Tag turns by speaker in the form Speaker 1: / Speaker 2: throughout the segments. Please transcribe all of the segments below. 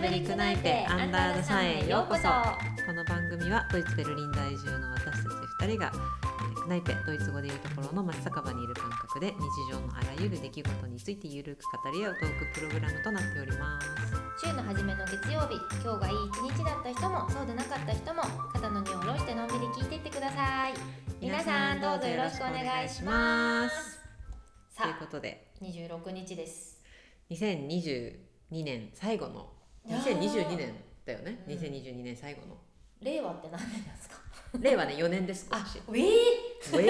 Speaker 1: べりクナイペアンダーザさんへようこそこの番組はドイツ・ベルリン在住の私たち2人がえークナイペドイツ語でいうところの町酒場にいる感覚で日常のあらゆる出来事についてゆるく語り合うトークプログラムとなっております
Speaker 2: 週の初めの月曜日今日がいい一日だった人もそうでなかった人も肩の荷を下ろしてのんびり聞いていってください皆さんどうぞよろしくお願いします
Speaker 1: と
Speaker 2: さ
Speaker 1: いう
Speaker 2: あ
Speaker 1: ことで
Speaker 2: 26日です
Speaker 1: 2022年最後の
Speaker 2: いやー
Speaker 1: 2022年だよね、
Speaker 2: うん
Speaker 1: 2022年最後の
Speaker 2: 令和って何年なんですか
Speaker 1: 令和ね4年です今
Speaker 2: あ
Speaker 1: 年
Speaker 2: えー、
Speaker 1: え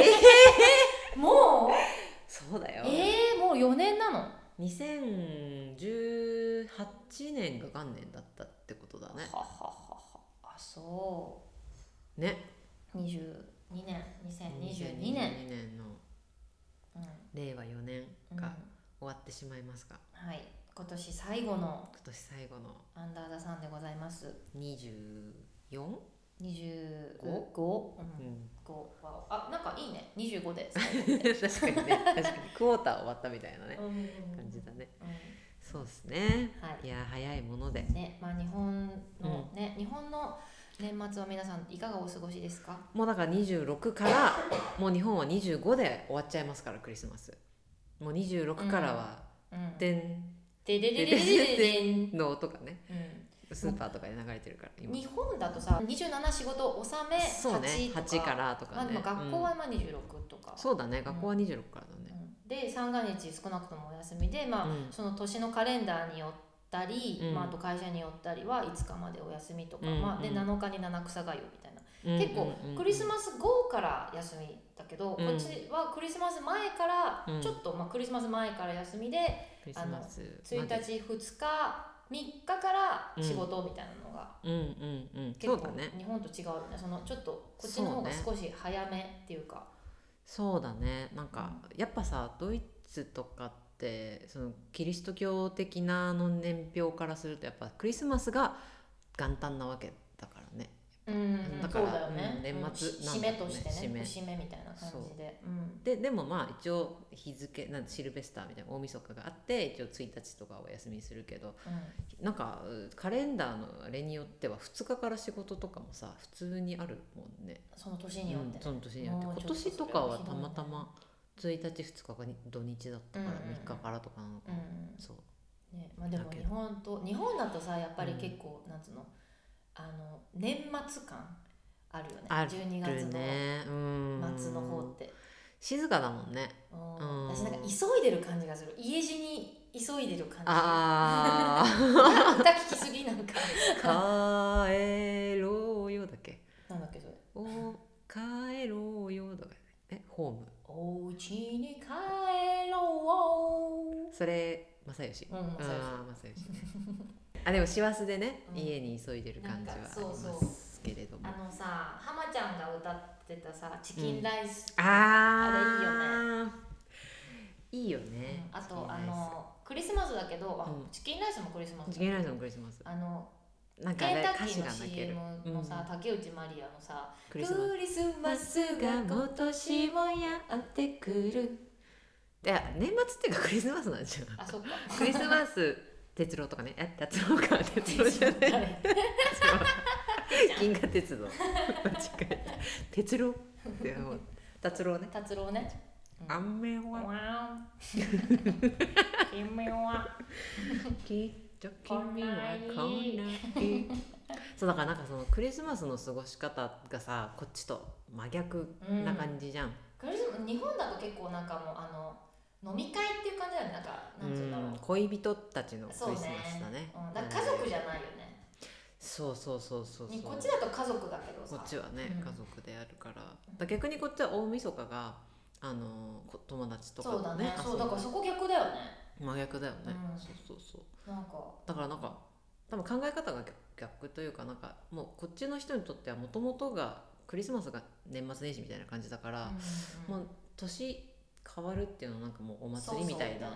Speaker 1: ー
Speaker 2: もう
Speaker 1: そうだよ
Speaker 2: えー、もう4年なの
Speaker 1: 2018年が元年だったってことだね
Speaker 2: ははははあそ
Speaker 1: ね
Speaker 2: う22年2022年、
Speaker 1: 2022年の
Speaker 2: うん
Speaker 1: 令和4年
Speaker 2: うん
Speaker 1: が終わってしまいますが、
Speaker 2: はい今年最後の
Speaker 1: 今年最後の
Speaker 2: アンダーザさんでございます
Speaker 1: 24?
Speaker 2: 25
Speaker 1: 五
Speaker 2: 五うん
Speaker 1: うん、
Speaker 2: こうわおあなんかいいね25です、
Speaker 1: 確かにね確かにクォーター終わったみたいなね
Speaker 2: うん
Speaker 1: 感じだね
Speaker 2: う
Speaker 1: そうですね
Speaker 2: んはい
Speaker 1: やー早いもので
Speaker 2: いねまあ日本のね、日本の年末は皆さんいかがお過ごしですか
Speaker 1: もうだから26からもう日本は25で終わっちゃいますからクリスマスもう26からは
Speaker 2: うん
Speaker 1: 「でん
Speaker 2: でででででででん」
Speaker 1: のとかね
Speaker 2: うん
Speaker 1: スーパーとかで流れてるから今
Speaker 2: 日本だとさ27仕事納め
Speaker 1: そうね
Speaker 2: 8とか
Speaker 1: 8からと
Speaker 2: ま
Speaker 1: か
Speaker 2: あ、で
Speaker 1: ね
Speaker 2: も学校
Speaker 1: うん
Speaker 2: はまあ26とか、
Speaker 1: そうだね学校は26からだね
Speaker 2: うんで三が日少なくともお休みで、まあ
Speaker 1: うん
Speaker 2: その年のカレンダーによったり、
Speaker 1: うん
Speaker 2: まあ、あと会社によったりは5日までお休みとか、
Speaker 1: うん
Speaker 2: まあ、で
Speaker 1: うん
Speaker 2: 7日に七草がゆみたいな、
Speaker 1: うん
Speaker 2: 結構
Speaker 1: うんうん
Speaker 2: クリスマス後から休みだけど、
Speaker 1: うん
Speaker 2: こっちはクリスマス前から、
Speaker 1: うん
Speaker 2: ちょっと、まあ、クリスマス前から休みで
Speaker 1: クリスマス
Speaker 2: 1日2日3日から仕事みたいなのが、
Speaker 1: うんうんうん
Speaker 2: 結
Speaker 1: そう
Speaker 2: 構
Speaker 1: だね
Speaker 2: 日本と違うよねそのちょっとこっちの方が
Speaker 1: そ
Speaker 2: 少し早めっていうか
Speaker 1: そうだねなんかやっぱさドイツとかってそのキリスト教的なあの年表からするとやっぱクリスマスが元旦なわけだからね
Speaker 2: うんうん
Speaker 1: だから
Speaker 2: そうだよね、
Speaker 1: うん年末
Speaker 2: うん
Speaker 1: なん
Speaker 2: 締
Speaker 1: だ
Speaker 2: め
Speaker 1: よね
Speaker 2: として
Speaker 1: 締め
Speaker 2: ね節目みたいな感じでうん
Speaker 1: ででもまあ一応日付なんシルベスターみたいな大晦日があって一応1日とかお休みするけどなんかうカレンダーのあれによっては2日から仕事とかもさ普通にあるもんね
Speaker 2: その年によって
Speaker 1: うん、その年によって
Speaker 2: もう
Speaker 1: 今
Speaker 2: ちょっと
Speaker 1: 年とかは
Speaker 2: それはひど
Speaker 1: た
Speaker 2: い
Speaker 1: ま
Speaker 2: ね
Speaker 1: たま1日2日がに土日だったから
Speaker 2: うんうんうん
Speaker 1: 3日からとかなのか
Speaker 2: う
Speaker 1: な、
Speaker 2: ん
Speaker 1: そう
Speaker 2: ねまあ、でも
Speaker 1: だけど
Speaker 2: 日本と日本だとさやっぱり結構、なんつうのあの年末感あるよね
Speaker 1: あ
Speaker 2: 12
Speaker 1: ある
Speaker 2: 月
Speaker 1: ねうん
Speaker 2: の末の方って、
Speaker 1: 静かだもんね
Speaker 2: うん
Speaker 1: うん
Speaker 2: 私なんか急いでる感じがする家路に急いでる感じ
Speaker 1: あ
Speaker 2: なんか歌聞きすぎなん か
Speaker 1: あ帰ろうよだっけ
Speaker 2: なんだっけそれ
Speaker 1: お帰ろうよだっけえホーム
Speaker 2: お家に帰ろう
Speaker 1: それ正義
Speaker 2: うん正義
Speaker 1: ああ正義ねあでも師走でね、
Speaker 2: うん
Speaker 1: 家に急いでる感じはあ
Speaker 2: なん
Speaker 1: りま
Speaker 2: かそうそう
Speaker 1: すけれども
Speaker 2: あのさ浜ちゃんが歌ってたさチキンライス、
Speaker 1: あーいいよね。いいよ
Speaker 2: うん
Speaker 1: ね。
Speaker 2: あとあのクリスマスだけど、あ
Speaker 1: うん
Speaker 2: チキンライスもクリスマス
Speaker 1: チキンライスのクリスマス。
Speaker 2: あの
Speaker 1: なんか
Speaker 2: ケ
Speaker 1: あ
Speaker 2: ン
Speaker 1: れ
Speaker 2: タ
Speaker 1: 歌
Speaker 2: ッキ
Speaker 1: 詞
Speaker 2: ー
Speaker 1: が
Speaker 2: の
Speaker 1: 泣ける。
Speaker 2: CM のさ、竹内まりやのさ「
Speaker 1: クリスマス。
Speaker 2: リスマス年もやってくる
Speaker 1: いや年末っていうかクリスマスなんじ」ゃ
Speaker 2: あ そっか
Speaker 1: ん。クリスマス哲郎とかね。え達郎か哲郎じゃない。銀河鉄道。間違えた。哲郎って思 う。達郎ね。
Speaker 2: 達郎ねうん
Speaker 1: あんめ
Speaker 2: わ
Speaker 1: は
Speaker 2: ーお君は
Speaker 1: きっと君はこんな日。 そうだからなんかそのクリスマスの過ごし方がさこっちと真逆
Speaker 2: うん
Speaker 1: な感じじゃん。
Speaker 2: クリスマス日本だと結構なんかもうあの飲み会っていう感じだよねなんかなんて言うんだろう
Speaker 1: うん恋人たちのクリス
Speaker 2: そう
Speaker 1: マ
Speaker 2: ね
Speaker 1: スだね。
Speaker 2: うん、だから家族じゃないよね、
Speaker 1: そうそうそうそうそう。
Speaker 2: こっちだと家族だけどさ
Speaker 1: こっちはね、
Speaker 2: うん
Speaker 1: 家族であるから。だから逆にこっちは大晦日があのこ友達とか
Speaker 2: そうだね
Speaker 1: 遊ぶ
Speaker 2: そうだからそこ逆だよね
Speaker 1: 真逆だよね。
Speaker 2: うん
Speaker 1: そうそうそう。
Speaker 2: なんか
Speaker 1: だからなんか多分考え方が逆逆というかなんかもうこっちの人にとってはもともとがクリスマスが年末年始みたいな感じだから、
Speaker 2: うんうん
Speaker 1: もう年変わるっていうのはなんかもうお祭りみたいな。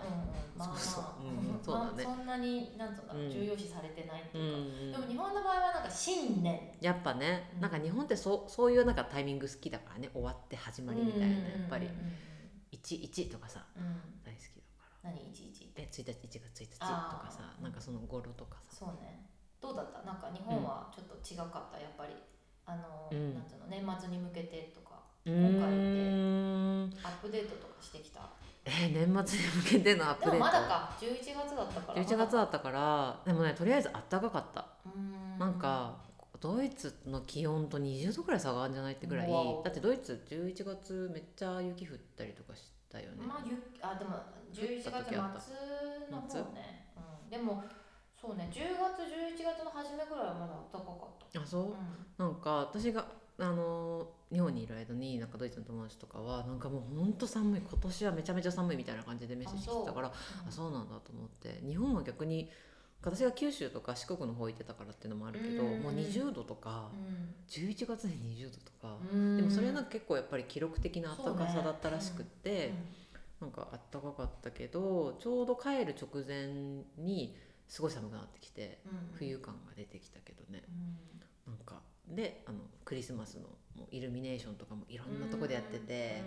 Speaker 2: そうそううんうんまあまあ
Speaker 1: そうそううんそうだね
Speaker 2: まあそんなになんつうんだろう、
Speaker 1: うん
Speaker 2: 重要視されてないって
Speaker 1: うん
Speaker 2: いうか、
Speaker 1: うん
Speaker 2: でも日本の場合はなんか新年
Speaker 1: やっぱね、
Speaker 2: うん
Speaker 1: なんか日本ってそうそういうなんかタイミング好きだからね終わって始まりみたいな、
Speaker 2: うんうん
Speaker 1: やっぱり
Speaker 2: うん
Speaker 1: 11とかさ
Speaker 2: うんうんうん
Speaker 1: 大好きだから
Speaker 2: 何いちいち
Speaker 1: え1日1月1日と
Speaker 2: あー
Speaker 1: かさなんかその頃とかさ
Speaker 2: そうねどうだったなんか日本はちょっと違かった、やっぱりあの、
Speaker 1: うん
Speaker 2: なんつうの年末に向けてとか
Speaker 1: う
Speaker 2: 今回って
Speaker 1: ーん
Speaker 2: アップデートとかしてきた
Speaker 1: えー年末に向けてのアップ
Speaker 2: で
Speaker 1: デー
Speaker 2: も
Speaker 1: ト
Speaker 2: まだか11月だったから
Speaker 1: 11月だったからでもねとりあえずあったかかった
Speaker 2: うん
Speaker 1: なんかドイツの気温と20度くらい差があるんじゃないってぐらい
Speaker 2: わお
Speaker 1: だってドイツ11月めっちゃ雪降ったりとかしたよね、
Speaker 2: まあ、ゆあでも11月
Speaker 1: 降った
Speaker 2: 末
Speaker 1: 時あった
Speaker 2: の方ね、うん、でもそうね10月11月の初めぐらいはまだ暖かかった
Speaker 1: あそう
Speaker 2: う
Speaker 1: なんか私があのー日本にいる間になんかドイツの友達とかはなんかもうほんと寒い今年はめちゃめちゃ寒いみたいな感じでメッセージ来てたからあ
Speaker 2: ん
Speaker 1: そうなんだと思って日本は逆に私が九州とか四国の方行ってたからっていうのもあるけど
Speaker 2: うん
Speaker 1: もう20度とか
Speaker 2: う
Speaker 1: 11月で20度とか
Speaker 2: ん
Speaker 1: でもそれはなん
Speaker 2: か
Speaker 1: か結構やっぱり記録的な暖かさだったらしくって、なんかあったかかったけどちょうど帰る直前にすごい寒くなってきて冬感が出てきたけどねなんかであのクリスマスのもうイルミネーションとかもいろんなとこでやってて、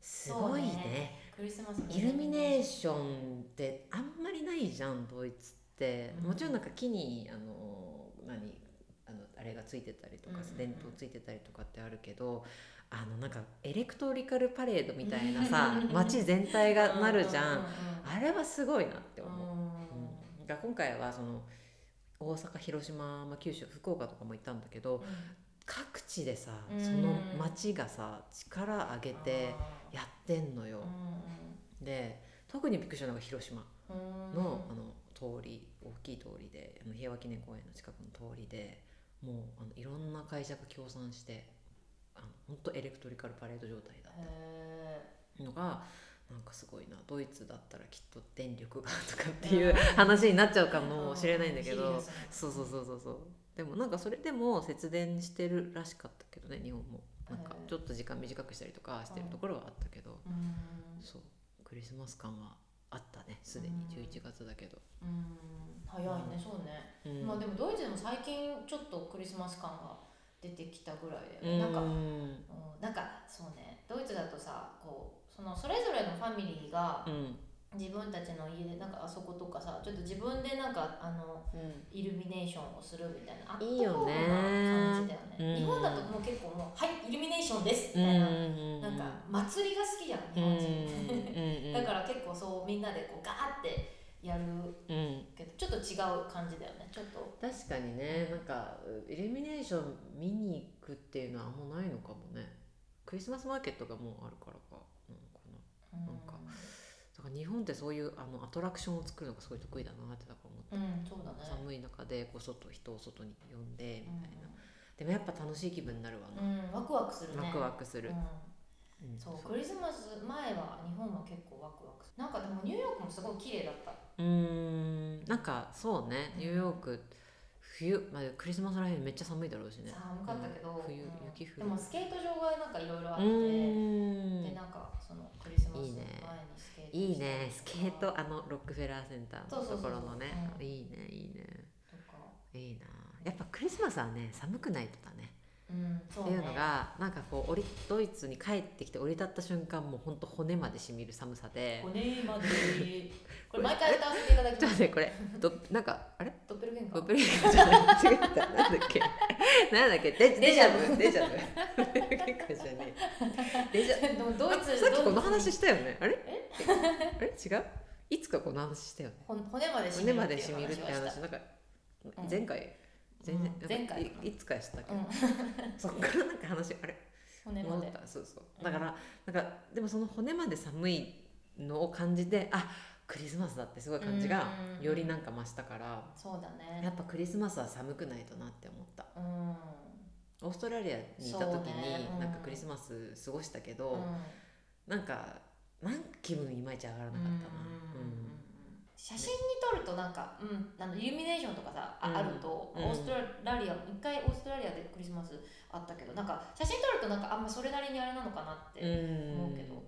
Speaker 1: すごいね
Speaker 2: クリスマスの
Speaker 1: イルミネーションってあんまりないじゃんドイツって、
Speaker 2: うん
Speaker 1: もちろんなんか木にあの何あのあれがついてたりとか、
Speaker 2: うんうんうん
Speaker 1: 伝統ついてたりとかってあるけどあのなんかエレクトリカルパレードみたいな さ街全体がなるじゃん
Speaker 2: うう
Speaker 1: あれはすごいなって思う。
Speaker 2: うん
Speaker 1: うん、だから今回はその大阪広島、まあ、九州福岡とかも行ったんだけど各地でさ
Speaker 2: うん
Speaker 1: その町がさ力上げて
Speaker 2: あ
Speaker 1: やってんのよ
Speaker 2: ー。
Speaker 1: で特にびっくりしたのが広島
Speaker 2: うんうん
Speaker 1: のあの通り大きい通りであの平和記念公園の近くの通りでもうあのいろんな会社が協賛してあの本当エレクトリカルパレード状態だっ
Speaker 2: へ
Speaker 1: たのが。なんかすごいなドイツだったらきっと電力がとかっていう話になっちゃうか
Speaker 2: ー
Speaker 1: もしれないんだけ
Speaker 2: う
Speaker 1: ど
Speaker 2: シリアスな
Speaker 1: そうそうそうそうそうでもなんかそれでも節電してるらしかったけどね日本もなんか
Speaker 2: へえ
Speaker 1: ちょっと時間短くしたりとかしてるところはあったけど、
Speaker 2: うん
Speaker 1: そうクリスマス感はあったねすでに
Speaker 2: うん
Speaker 1: 11月だけど、
Speaker 2: うん早いねそうね
Speaker 1: うん
Speaker 2: まあでもドイツでも最近ちょっとクリスマス感が出てきたぐらいで、
Speaker 1: う
Speaker 2: なんか、うん
Speaker 1: ん
Speaker 2: なんかそうねドイツだとさこうそのそれぞれのファミリーが
Speaker 1: うん
Speaker 2: 自分たちの家でなんかあそことかさちょっと自分でなんかあのイルミネーションをするみたいなあった
Speaker 1: いいよね
Speaker 2: 感じだよね
Speaker 1: うん
Speaker 2: 日本だともう結構もう「はいイルミネーションです」
Speaker 1: うん
Speaker 2: みたいな、
Speaker 1: うん
Speaker 2: なんか祭りが好きじゃん日
Speaker 1: うん
Speaker 2: 本人、
Speaker 1: うん
Speaker 2: だから結構そうみんなでこうガーってやる
Speaker 1: うん
Speaker 2: けどちょっと違う感じだよねちょっと
Speaker 1: 確かにねなんかイルミネーション見に行くっていうのはあんまないのかもねクリスマスマーケットがもうあるからか、うん、この
Speaker 2: うん
Speaker 1: なんかだから日本ってそういうあのアトラクションを作るのがすごい得意だなってだから思って、
Speaker 2: うんそうだね
Speaker 1: 寒い中でこう外人を外に呼んでみたいな、
Speaker 2: う
Speaker 1: でもやっぱ楽しい気分になるわな、
Speaker 2: んうん、ワクワクするね
Speaker 1: ワクワクする
Speaker 2: う、
Speaker 1: うん
Speaker 2: んそうクリスマス前は日本は結構ワクワクするなんかでもニューヨークもすごい綺麗だった
Speaker 1: うーんなんかそうねニューヨーク冬、まあ、クリスマスらへんめっちゃ寒いだろうしね
Speaker 2: 寒かったけど、
Speaker 1: うん冬
Speaker 2: うん
Speaker 1: 雪降る
Speaker 2: でもスケート場がなんかいろいろあっ
Speaker 1: う
Speaker 2: て、
Speaker 1: ーん
Speaker 2: でなんかそのクリスマス前にスケート
Speaker 1: いい
Speaker 2: したりとか
Speaker 1: ねスケートあのロックフェラーセンターのところのね
Speaker 2: そうそうそうそううん
Speaker 1: いいねいいね
Speaker 2: とか
Speaker 1: いいなやっぱクリスマスはね寒くないとだね
Speaker 2: うんそう
Speaker 1: っ
Speaker 2: ね
Speaker 1: ていうのがなんかこう降りドイツに帰ってきて降り立った瞬間もうほんと骨までしみる寒さで
Speaker 2: 骨まで これ毎回歌わせていただき
Speaker 1: ち
Speaker 2: ま
Speaker 1: ょっと
Speaker 2: す
Speaker 1: ねこれどなんかあれ
Speaker 2: ドッペルゲンガ
Speaker 1: ド
Speaker 2: ー
Speaker 1: ッペルゲンガーじゃない違ったなんだっけなんだっけデ
Speaker 2: デ
Speaker 1: デ
Speaker 2: ジ
Speaker 1: ジ
Speaker 2: ャ
Speaker 1: ャブデジャブドッペルゲンガーじゃねえデジャブ
Speaker 2: でもドイツ
Speaker 1: さっきこの
Speaker 2: ドイツ
Speaker 1: 話
Speaker 2: に
Speaker 1: したよねあれあれ違ういつかこの話したよね
Speaker 2: ほん骨まで染
Speaker 1: 胸
Speaker 2: みる
Speaker 1: ま
Speaker 2: って
Speaker 1: で
Speaker 2: いう
Speaker 1: しみるっ
Speaker 2: 話
Speaker 1: て
Speaker 2: をし
Speaker 1: 話
Speaker 2: た
Speaker 1: なんか
Speaker 2: うん
Speaker 1: 前回全然
Speaker 2: うん前回
Speaker 1: なんかいいつかしたけ
Speaker 2: う
Speaker 1: ど、
Speaker 2: ん
Speaker 1: そっからなんか話あれ
Speaker 2: 骨ま
Speaker 1: 戻
Speaker 2: で
Speaker 1: ったそうそう
Speaker 2: うん
Speaker 1: だから、なんかでもその骨まで寒いのを感じてあクリスマスだってすごい感じが
Speaker 2: うんうんうん
Speaker 1: よりなんか増したから、
Speaker 2: そうだね
Speaker 1: やっぱクリスマスは寒くないとなって思った
Speaker 2: うん、
Speaker 1: オーストラリアにいた時
Speaker 2: そう
Speaker 1: に、
Speaker 2: ねうん
Speaker 1: なんかクリスマス過ごしたけど、
Speaker 2: うん
Speaker 1: なんかなんか気分いまいち上がらなかったな、うん
Speaker 2: 写真に撮るとなんか、うん、あのイルミネーションとかさ、あ
Speaker 1: うん
Speaker 2: あると、
Speaker 1: うん
Speaker 2: オーストラリア一回オーストラリアでクリスマスあったけどなんか写真撮るとなんかあんまそれなりにあれなのかなって
Speaker 1: うん
Speaker 2: 思うけど、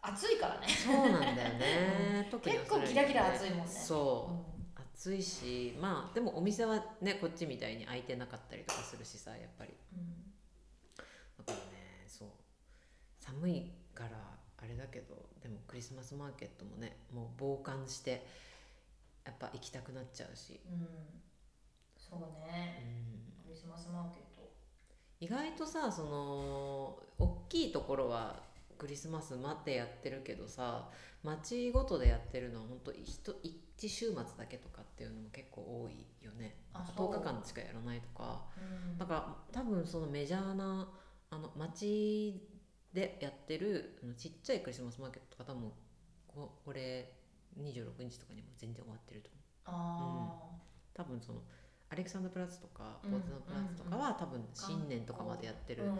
Speaker 2: 暑いからね、
Speaker 1: そうなんだ よね特にオーストラリア
Speaker 2: 結構ギラギラ暑いもんね
Speaker 1: そうう、暑いしまあでもお店はねこっちみたいに開いてなかったりとかするしさやっぱり
Speaker 2: ん
Speaker 1: だからねそう寒いからあれだけどでもクリスマスマーケットもねもう傍観してやっぱ行きたくなっちゃうし
Speaker 2: うんそう
Speaker 1: う
Speaker 2: ね
Speaker 1: ん
Speaker 2: クリスマスマーケット
Speaker 1: 意外とさその大きいところはクリスマス待ってやってるけどさ町ごとでやってるのは本当一一週末だけとかっていうのも結構多いよね
Speaker 2: あそう
Speaker 1: 10日間しかやらないとか
Speaker 2: うん
Speaker 1: だから多分そのメジャーなあの町でやってるあのちっちゃいクリスマスマーケットとか多分ここれ26日とかにも全然終わってると思う
Speaker 2: ああ、
Speaker 1: 多分そのアレクサンダープラスとか
Speaker 2: う
Speaker 1: ポ
Speaker 2: ん
Speaker 1: ーツのプラスとかは多分新年とかまでやってる
Speaker 2: うんうん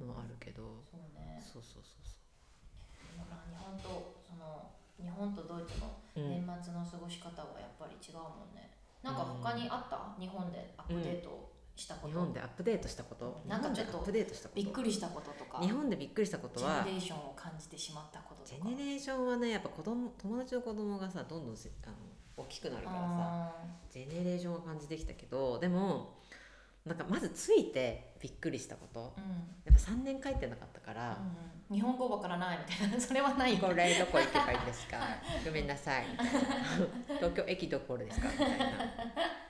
Speaker 2: うん
Speaker 1: のはあるけど、
Speaker 2: そうね
Speaker 1: そうそうそう
Speaker 2: だから日本とその日本とドイツの
Speaker 1: そう、うん
Speaker 2: 年末の過ごし方はやっぱり違うもんね、なんか他にあった日本でアップデートしたこと、
Speaker 1: 日本でアップデートしたこと
Speaker 2: なんかちょっと
Speaker 1: 日本でアップデートしたこと
Speaker 2: びっくりしたこととか
Speaker 1: 日本でびっくりしたこと
Speaker 2: ジェ
Speaker 1: は
Speaker 2: ネレーションを感じてしまったことと
Speaker 1: ジ
Speaker 2: か
Speaker 1: ェネレーションはねやっぱ子供友達の子供がさどんどんせあの大きくなるからさ
Speaker 2: あ
Speaker 1: ジェネレーションを感じてきたけどでもなんかまずついてびっくりしたこと
Speaker 2: ーうん
Speaker 1: やっぱ3年帰ってなかったから
Speaker 2: うんうん日本語わからないみたいな それはない
Speaker 1: 「こ
Speaker 2: よ
Speaker 1: れどこ行けばいいですか? 」「ごめんなさい」みたいな「東京駅どこですか?」みたいな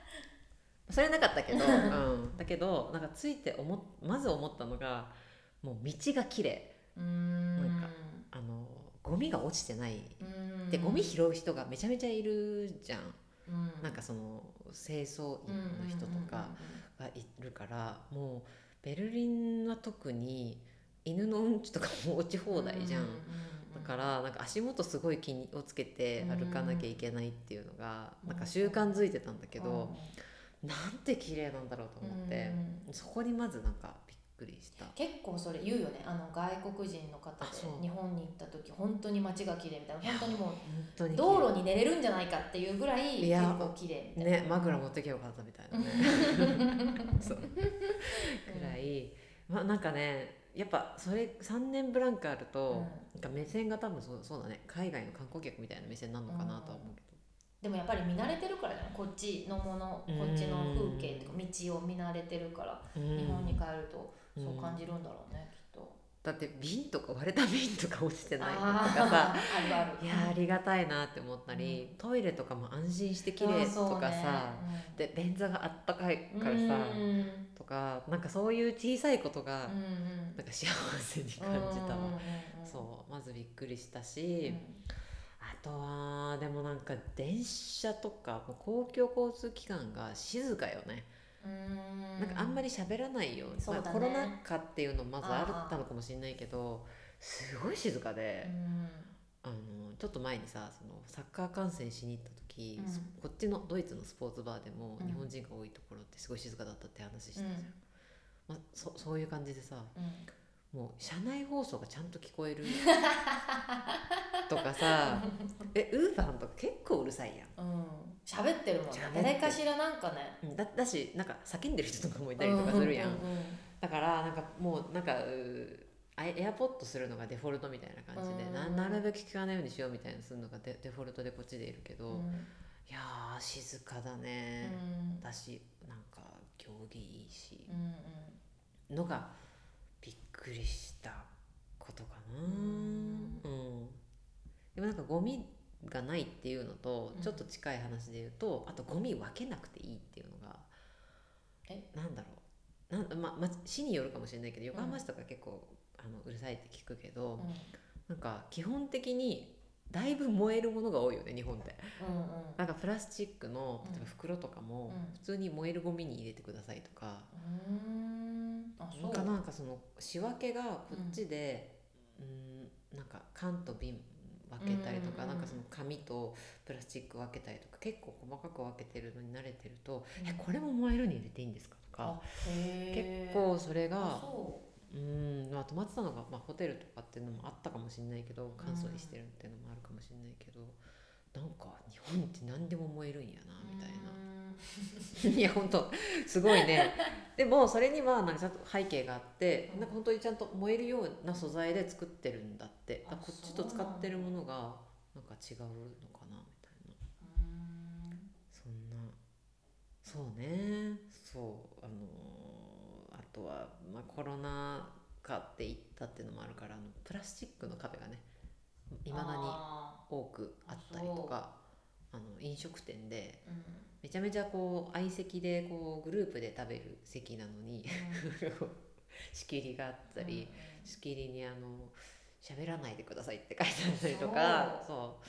Speaker 1: それなかったけど、うん、だけどなんかついて思っまず思ったのがもう道が綺麗
Speaker 2: うーん
Speaker 1: なんかあのゴミが落ちてない
Speaker 2: うん
Speaker 1: でゴミ拾う人がめちゃめちゃいるじゃん
Speaker 2: うん
Speaker 1: なんかその清掃員の人とか。がいるからもうベルリンは特に犬のうんちとかも落ち放題じゃん。だかららなんか足元すごい気をつけて歩かなきゃいけないっていうのが
Speaker 2: うん
Speaker 1: なんか習慣づいてたんだけどなんて綺麗なんだろうと思ってそこにまずなんかびっくりした。
Speaker 2: 結構それ言うよねあの外国人の方
Speaker 1: あそう
Speaker 2: で日本に行った時本当に街が綺麗みたいな本当にも
Speaker 1: 本当
Speaker 2: う
Speaker 1: に
Speaker 2: 道路に寝れるんじゃないかっていうぐらい
Speaker 1: い
Speaker 2: 結
Speaker 1: や
Speaker 2: 構綺麗みたいな
Speaker 1: ね枕持ってけばよかったみたいなね。そうくらいまあなんかねやっぱそれ3年ブランクあると、
Speaker 2: うん
Speaker 1: なんか目線が多分そうそうだね海外の観光客みたいな目線なのかなとは思うけ
Speaker 2: でもやっぱり見慣れてるからじゃんこっちのものこっちの風景とか道を見慣れてるから
Speaker 1: ど、
Speaker 2: 日本に
Speaker 1: うん
Speaker 2: 帰るとそう感じるんだろうねきっと。
Speaker 1: だって瓶とか割れた瓶とか落ちてないのと
Speaker 2: あ
Speaker 1: か
Speaker 2: ー
Speaker 1: さ
Speaker 2: あるある
Speaker 1: いやーありがたいなって思ったり、トイレとかも安心して綺麗とかさ、で便座があったかい
Speaker 2: うん
Speaker 1: からさ、
Speaker 2: うんうん
Speaker 1: とかなんかそういう小さいことが、
Speaker 2: うん
Speaker 1: なんか幸せに感じたわ、そうまずびっくりした
Speaker 2: うん
Speaker 1: し、あとはでもなんか電車とかもう公共交通機関が静かよね、
Speaker 2: うん
Speaker 1: なんかあんまり喋らないように、
Speaker 2: そうだね
Speaker 1: まあ、コロナ禍っていうのもまずあったのかもしれないけどすごい静か
Speaker 2: う
Speaker 1: で、
Speaker 2: ん
Speaker 1: あのちょっと前にさそのサッカー観戦しに行った時、
Speaker 2: うん
Speaker 1: そこっちのドイツのスポーツバーでも
Speaker 2: うん
Speaker 1: 日本人が多いところってすごい静かだったって話したじゃん、
Speaker 2: うん
Speaker 1: まあ、そそういう感じでさ
Speaker 2: うん
Speaker 1: もう車内放送がちゃんと聞 こえるとかさえウーバーとか結構うるさいやん。
Speaker 2: うん喋ってるもんね
Speaker 1: 喋ってる
Speaker 2: 誰かしらなんかね
Speaker 1: うんだだしなんか叫んでる人とかもいたりとかするやん,、
Speaker 2: ううう
Speaker 1: だからなんかもうなんかうーあエアポッドするのがデフォルトみたいな感じで、
Speaker 2: うん
Speaker 1: ななるべく聞かないようにしようみたいなするのがデデフォルトでこっちでいるけど、
Speaker 2: うんうん
Speaker 1: いやー静かだ
Speaker 2: う
Speaker 1: ね、
Speaker 2: ん
Speaker 1: だしなんか行儀いいし
Speaker 2: う、ん
Speaker 1: のがびっくりしたことかな
Speaker 2: うん
Speaker 1: うんでもなんかゴミがないっていうのと
Speaker 2: うん
Speaker 1: ちょっと近い話で言うと、あとゴミ分けなくていいっていうのが
Speaker 2: え
Speaker 1: なんだろうなんまま市によるかもしれないけど横浜市とか結構、うあのうるさいって聞くけど、なんか基本的にだいぶ燃えるものが多いよね日本って
Speaker 2: うんうんうん
Speaker 1: なんかプラスチックの
Speaker 2: うん
Speaker 1: 例えば袋とかも
Speaker 2: うん
Speaker 1: 普通に燃えるゴミに入れてくださいとか、
Speaker 2: うんあそう
Speaker 1: かなんかその仕分けがこっちで、うん、なんか缶と瓶分けたりとか、
Speaker 2: うんうんうん
Speaker 1: なんかその紙とプラスチック分けたりとか結構細かく分けてるのに慣れてると「えこれも燃えるに入れていいんですか?」とか
Speaker 2: あへー
Speaker 1: 結構それ
Speaker 2: あ
Speaker 1: が
Speaker 2: そう
Speaker 1: うんまあ泊まってたのが、まあ、ホテルとかっていうのもあったかもしれないけど乾燥にしてるっていうのもあるかもしれないけど。なんか日本って何でも燃えるんやな
Speaker 2: う
Speaker 1: みたいな、
Speaker 2: うん
Speaker 1: いや本当すごいねでもそれにはなんかちゃんと背景があって、
Speaker 2: うん
Speaker 1: なんか本当にちゃんと燃えるような素材で作ってるんだってだから
Speaker 2: あ
Speaker 1: こっちと使ってるものがなんか違うのかなみたいな
Speaker 2: うん
Speaker 1: そんなそうねそうあのーあとは、まあ、コロナ禍って言ったっていうのもあるからあのプラスチックの壁がねいまだに
Speaker 2: あ
Speaker 1: 多くあったりとかあの飲食店で
Speaker 2: うん
Speaker 1: めちゃめちゃこう相席でこうグループで食べる席なのに 仕切りがあったり、しきりにあの喋らないでくださいって書いてあったりとかそう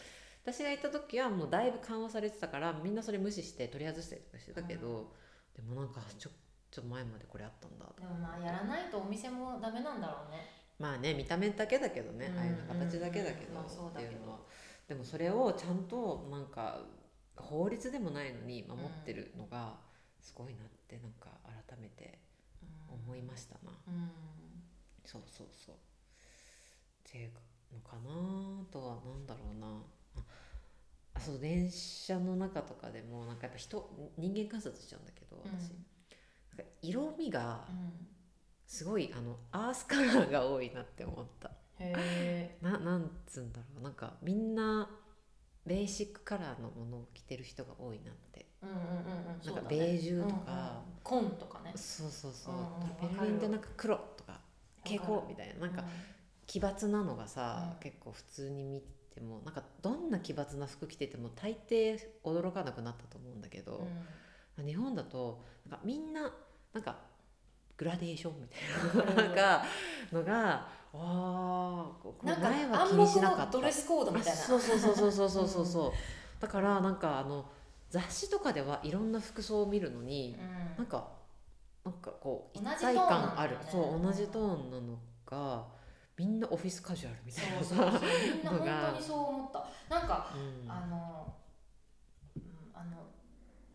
Speaker 1: 私が行った時はもうだいぶ緩和されてたからみんなそれ無視して取り外したりとかしてたけど、でもなんかちょちょっと前までこれあったんだと
Speaker 2: うんでもまあやらないとお店もダメなんだろうね
Speaker 1: まあね見た目だけだけどね、
Speaker 2: うん
Speaker 1: ああいうような形だけだけど、
Speaker 2: まあそうだ
Speaker 1: っ
Speaker 2: け
Speaker 1: て
Speaker 2: ど
Speaker 1: いうのはでもそれをちゃんとなんか法律でもないのに守ってるのがすごいなってなんか改めて思いましたな、
Speaker 2: うん
Speaker 1: そうそうそうっていうのかなあとはなんだろうなああそう電車の中とかでもなんかやっぱ人人間観察しちゃうんだけど私、
Speaker 2: うん
Speaker 1: なんか色味が
Speaker 2: うん
Speaker 1: すごいあのアースカラーが多いなって思った
Speaker 2: へえ
Speaker 1: ななんつうんだろうなんかみんなベーシックカラーのものを着てる人が多いなって
Speaker 2: うんうんうんうんそうだね
Speaker 1: ベージュとか
Speaker 2: うんうん紺とかね
Speaker 1: そうそうそう、
Speaker 2: うんうん
Speaker 1: ベルリンってなんか黒とか蛍光みたいななんか奇抜なのがさ、
Speaker 2: うん
Speaker 1: 結構普通に見てもなんかどんな奇抜な服着てても大抵驚かなくなったと思うんだけ
Speaker 2: うんう
Speaker 1: ど
Speaker 2: ん、
Speaker 1: 日本だとなんかみんななんかグラデーションみた
Speaker 2: う
Speaker 1: い
Speaker 2: ん
Speaker 1: ななんかのがわあこれ
Speaker 2: なんか
Speaker 1: 前は気
Speaker 2: 暗
Speaker 1: にし
Speaker 2: 黙
Speaker 1: なか
Speaker 2: の
Speaker 1: った
Speaker 2: ドレスコードみたい
Speaker 1: あ
Speaker 2: な
Speaker 1: そうそうそうそうそうそうそう
Speaker 2: う
Speaker 1: そうだからなんかあの雑誌とかではいろんな服装を見るのに、
Speaker 2: うん
Speaker 1: なんかなんかこう
Speaker 2: 同
Speaker 1: 一
Speaker 2: じ
Speaker 1: 体感ある、
Speaker 2: トーンなん
Speaker 1: そ
Speaker 2: だ
Speaker 1: う
Speaker 2: よね
Speaker 1: 同じトーンなのかみんなオフィスカジュアルみた い
Speaker 2: そ
Speaker 1: な
Speaker 2: うそう
Speaker 1: さ
Speaker 2: そうみんな
Speaker 1: のが
Speaker 2: 本当にそう思ったなんか
Speaker 1: うん
Speaker 2: あの、うん、あの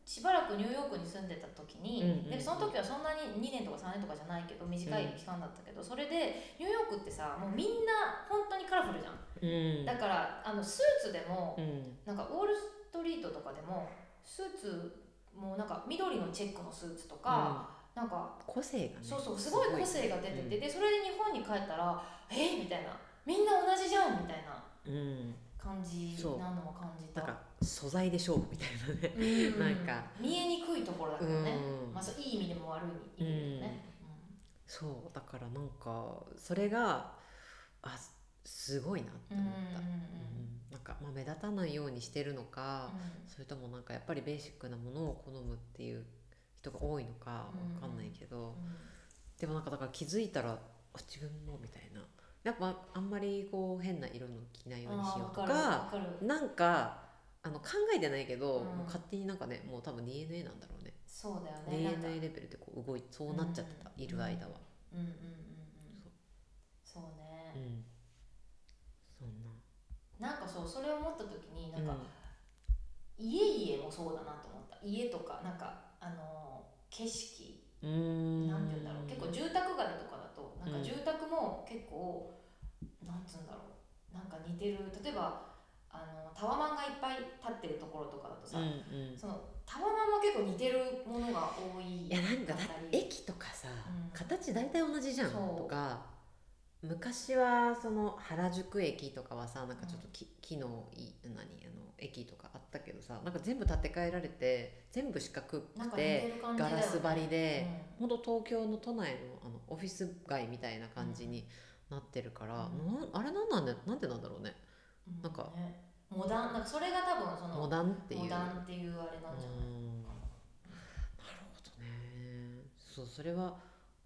Speaker 2: しばらくニューヨークに住んでた時に、
Speaker 1: うんうんうん
Speaker 2: でその時はそんなに2年とか3年とかじゃないけど短い期間だったけど、それでニューヨークってさもうみんな本当にカラフルじゃん、
Speaker 1: うん
Speaker 2: だからあのスーツでも、
Speaker 1: うん
Speaker 2: なんかウォールストリートとかでもスーツもうなんか緑のチェックのスーツとか、なんか
Speaker 1: うん個性がね
Speaker 2: そうそうすごい個性が出てて、でそれで日本に帰ったら「えみたいなみんな同じじゃんみたいな
Speaker 1: うんうん
Speaker 2: 感じ
Speaker 1: そう
Speaker 2: なのを感じた
Speaker 1: なんか素材で勝負みたいなね
Speaker 2: うん
Speaker 1: なんか
Speaker 2: 見えにくいところだけどね、
Speaker 1: うん
Speaker 2: まあ、そういい意味でも悪い意味でもね、
Speaker 1: そうだからなんかそれがあすごいなって
Speaker 2: うんうんうん
Speaker 1: 思った、うんなんか、まあ、目立たないようにしてるのか、それともなんかやっぱりベーシックなものを好むっていう人が多いのかわかんないけど、でもなんかだから気づいたらあ自分もみたいなやっぱあんまりこう変な色の着ないようにしようと
Speaker 2: 分かる
Speaker 1: か
Speaker 2: 分かる
Speaker 1: なんかあの考えてないけど、
Speaker 2: うん
Speaker 1: もう勝手になんかねもう多分 DNA なんだろうね
Speaker 2: そうだよねなんか
Speaker 1: DNA レベルでこう動いそうなっちゃってた、
Speaker 2: うん
Speaker 1: いる間は、
Speaker 2: うんうんうんうん
Speaker 1: そ
Speaker 2: そう
Speaker 1: うう
Speaker 2: ね、
Speaker 1: ん、そんな
Speaker 2: なんかそうそれを思った時になんか、
Speaker 1: うん
Speaker 2: 家々もそうだなと思った家とかなんかあのー景色
Speaker 1: うーん
Speaker 2: なんて言うんだろう結構住宅街とかだとなんか住宅も結構、なんつうんだろうなんか似てる例えばあのタワマンがいっぱい立ってるところとかだとさ、
Speaker 1: うんうん
Speaker 2: そのタワマンも結構似てるものが多い
Speaker 1: いやなん
Speaker 2: だ
Speaker 1: かだ
Speaker 2: っ
Speaker 1: ったて
Speaker 2: り
Speaker 1: 駅とかさ、
Speaker 2: うん
Speaker 1: 形大体同じじゃん
Speaker 2: そう
Speaker 1: とか昔はその原宿駅とかはさなんかちょっとき、木のい何あの駅とかあったけどさなんか全部建て替えられて全部四角
Speaker 2: なん
Speaker 1: く
Speaker 2: か似て
Speaker 1: て
Speaker 2: る感じだ
Speaker 1: ガ
Speaker 2: よ、ね、
Speaker 1: ラス張りで、
Speaker 2: うん
Speaker 1: ほんと東京の都内のあのオフィス街みたいな感じになってるから、
Speaker 2: う
Speaker 1: なあれなんなんだなんでなんだろうね
Speaker 2: う
Speaker 1: なんか
Speaker 2: ねモダンなんかそれが多分その
Speaker 1: モダンっていう。
Speaker 2: モダンっていうあれなんじゃない、
Speaker 1: うんなるほどねそうそれは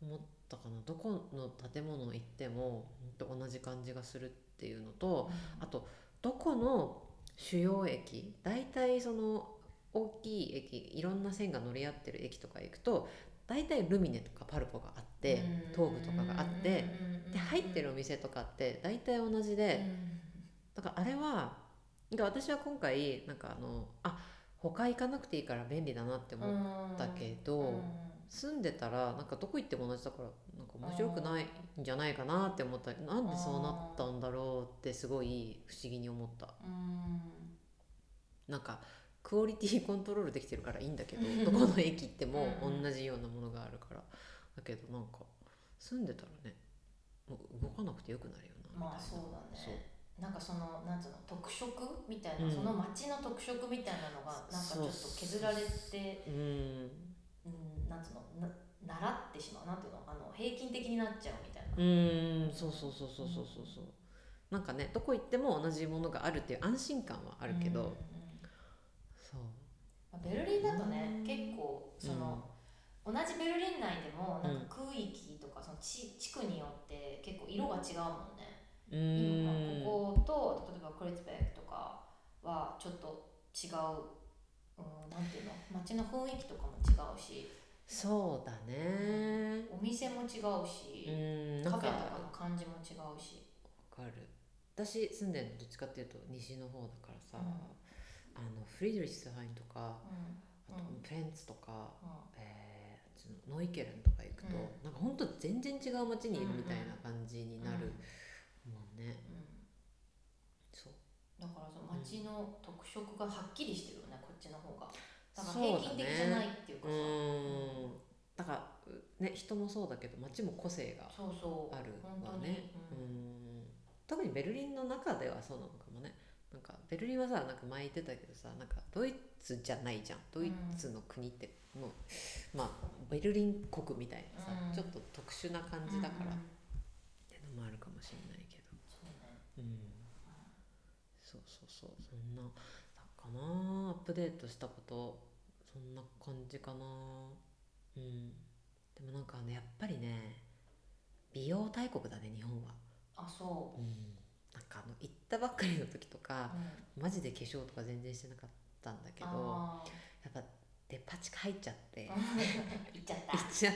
Speaker 1: 思ったかなどこの建物行ってもほんと同じ感じがするっていうのとあとどこの主要駅大体その大きい駅いろんな線が乗り合ってる駅とか行くと大体ルミネとかパルコがあって東武とかがあってで入ってるお
Speaker 2: ん
Speaker 1: 店とかって大体同じで。だからあれはなんか私は今回なんかあのあ他行かなくていいから便利だなって思ったけど、住んでたらなんかどこ行っても同じだからなんか面白くないんじゃないかなって思ったりなんでそうなったんだろうってすごい不思議に思った
Speaker 2: うん
Speaker 1: なんかクオリティコントロールできてるからいいんだけど どこの駅行っても同じようなものがあるからだけどなんか住んでたらねもう動かなくてよくなるよなみたいな、
Speaker 2: まあそうだね
Speaker 1: そう
Speaker 2: なんかそのなんつうの特色みたいな、
Speaker 1: うん
Speaker 2: その町の特色みたいなのがなんかちょっと削られて
Speaker 1: うん
Speaker 2: うんなんつうのな習ってしまうなんていうのあの平均的になっちゃうみたいな、
Speaker 1: うーんそうそうそうそうそうそうそうなんかねどこ行っても同じものがあるっていう安心感はあるけ
Speaker 2: う
Speaker 1: ど、
Speaker 2: んうん
Speaker 1: そう
Speaker 2: まあベルリンだとね結構その、同じベルリン内でもなんか区域とかその地地区によって結構色が違うもんね
Speaker 1: う
Speaker 2: 今
Speaker 1: ーん
Speaker 2: ここと例えばクリツベクとかはちょっと違う、うん、なんていうの街の雰囲気とかも違うし
Speaker 1: そうだね
Speaker 2: お店も違う
Speaker 1: う
Speaker 2: し、
Speaker 1: んな
Speaker 2: カ
Speaker 1: ん
Speaker 2: フ
Speaker 1: か
Speaker 2: ェと
Speaker 1: わ
Speaker 2: かの感じも違うし
Speaker 1: かる私住んでるのどっちかっていうと西の方だからさ、
Speaker 2: うん
Speaker 1: あのフリードリッシュハインとか
Speaker 2: う
Speaker 1: あと
Speaker 2: うん
Speaker 1: プレンツとか、
Speaker 2: んうん
Speaker 1: えーあっちのノイケルンとか行くと、
Speaker 2: うん
Speaker 1: なんかほんと全然違う街にいるみたいな感じになるもんね、
Speaker 2: うん
Speaker 1: そう
Speaker 2: だからその街の特色がはっきりしてるよねこっちの方がだから
Speaker 1: そうだ
Speaker 2: 平
Speaker 1: ね
Speaker 2: 均的じゃないっていう
Speaker 1: う
Speaker 2: かさ
Speaker 1: ーんだからうね人もそうだけど街も個性が
Speaker 2: そうそう
Speaker 1: ある
Speaker 2: 本
Speaker 1: わ
Speaker 2: 当に、
Speaker 1: ねう
Speaker 2: うん
Speaker 1: ん特にベルリンの中ではそうなのかもねなんかベルリンはさなんか前言ってたけどさなんかドイツじゃないじゃんドイツの国ってもう、まあベルリン国みたいなさ、
Speaker 2: うん
Speaker 1: ちょっと特殊な感じだから
Speaker 2: うんう
Speaker 1: っ
Speaker 2: ん
Speaker 1: ていうのもあるかもしれないけど、
Speaker 2: そうね
Speaker 1: うん、そうそうそうそんなだかなアップデートしたことそんな感じかなうんでもなんかねやっぱりね美容大国だね日本は、
Speaker 2: あそ
Speaker 1: うん、なんかあの行ったばっかりの時と
Speaker 2: う、
Speaker 1: か
Speaker 2: うん、
Speaker 1: マジで化粧とか全然してなかったんだけど
Speaker 2: あー
Speaker 1: やっぱデパ地下入っちゃって行
Speaker 2: 行
Speaker 1: っ
Speaker 2: っちゃった
Speaker 1: ちゃっ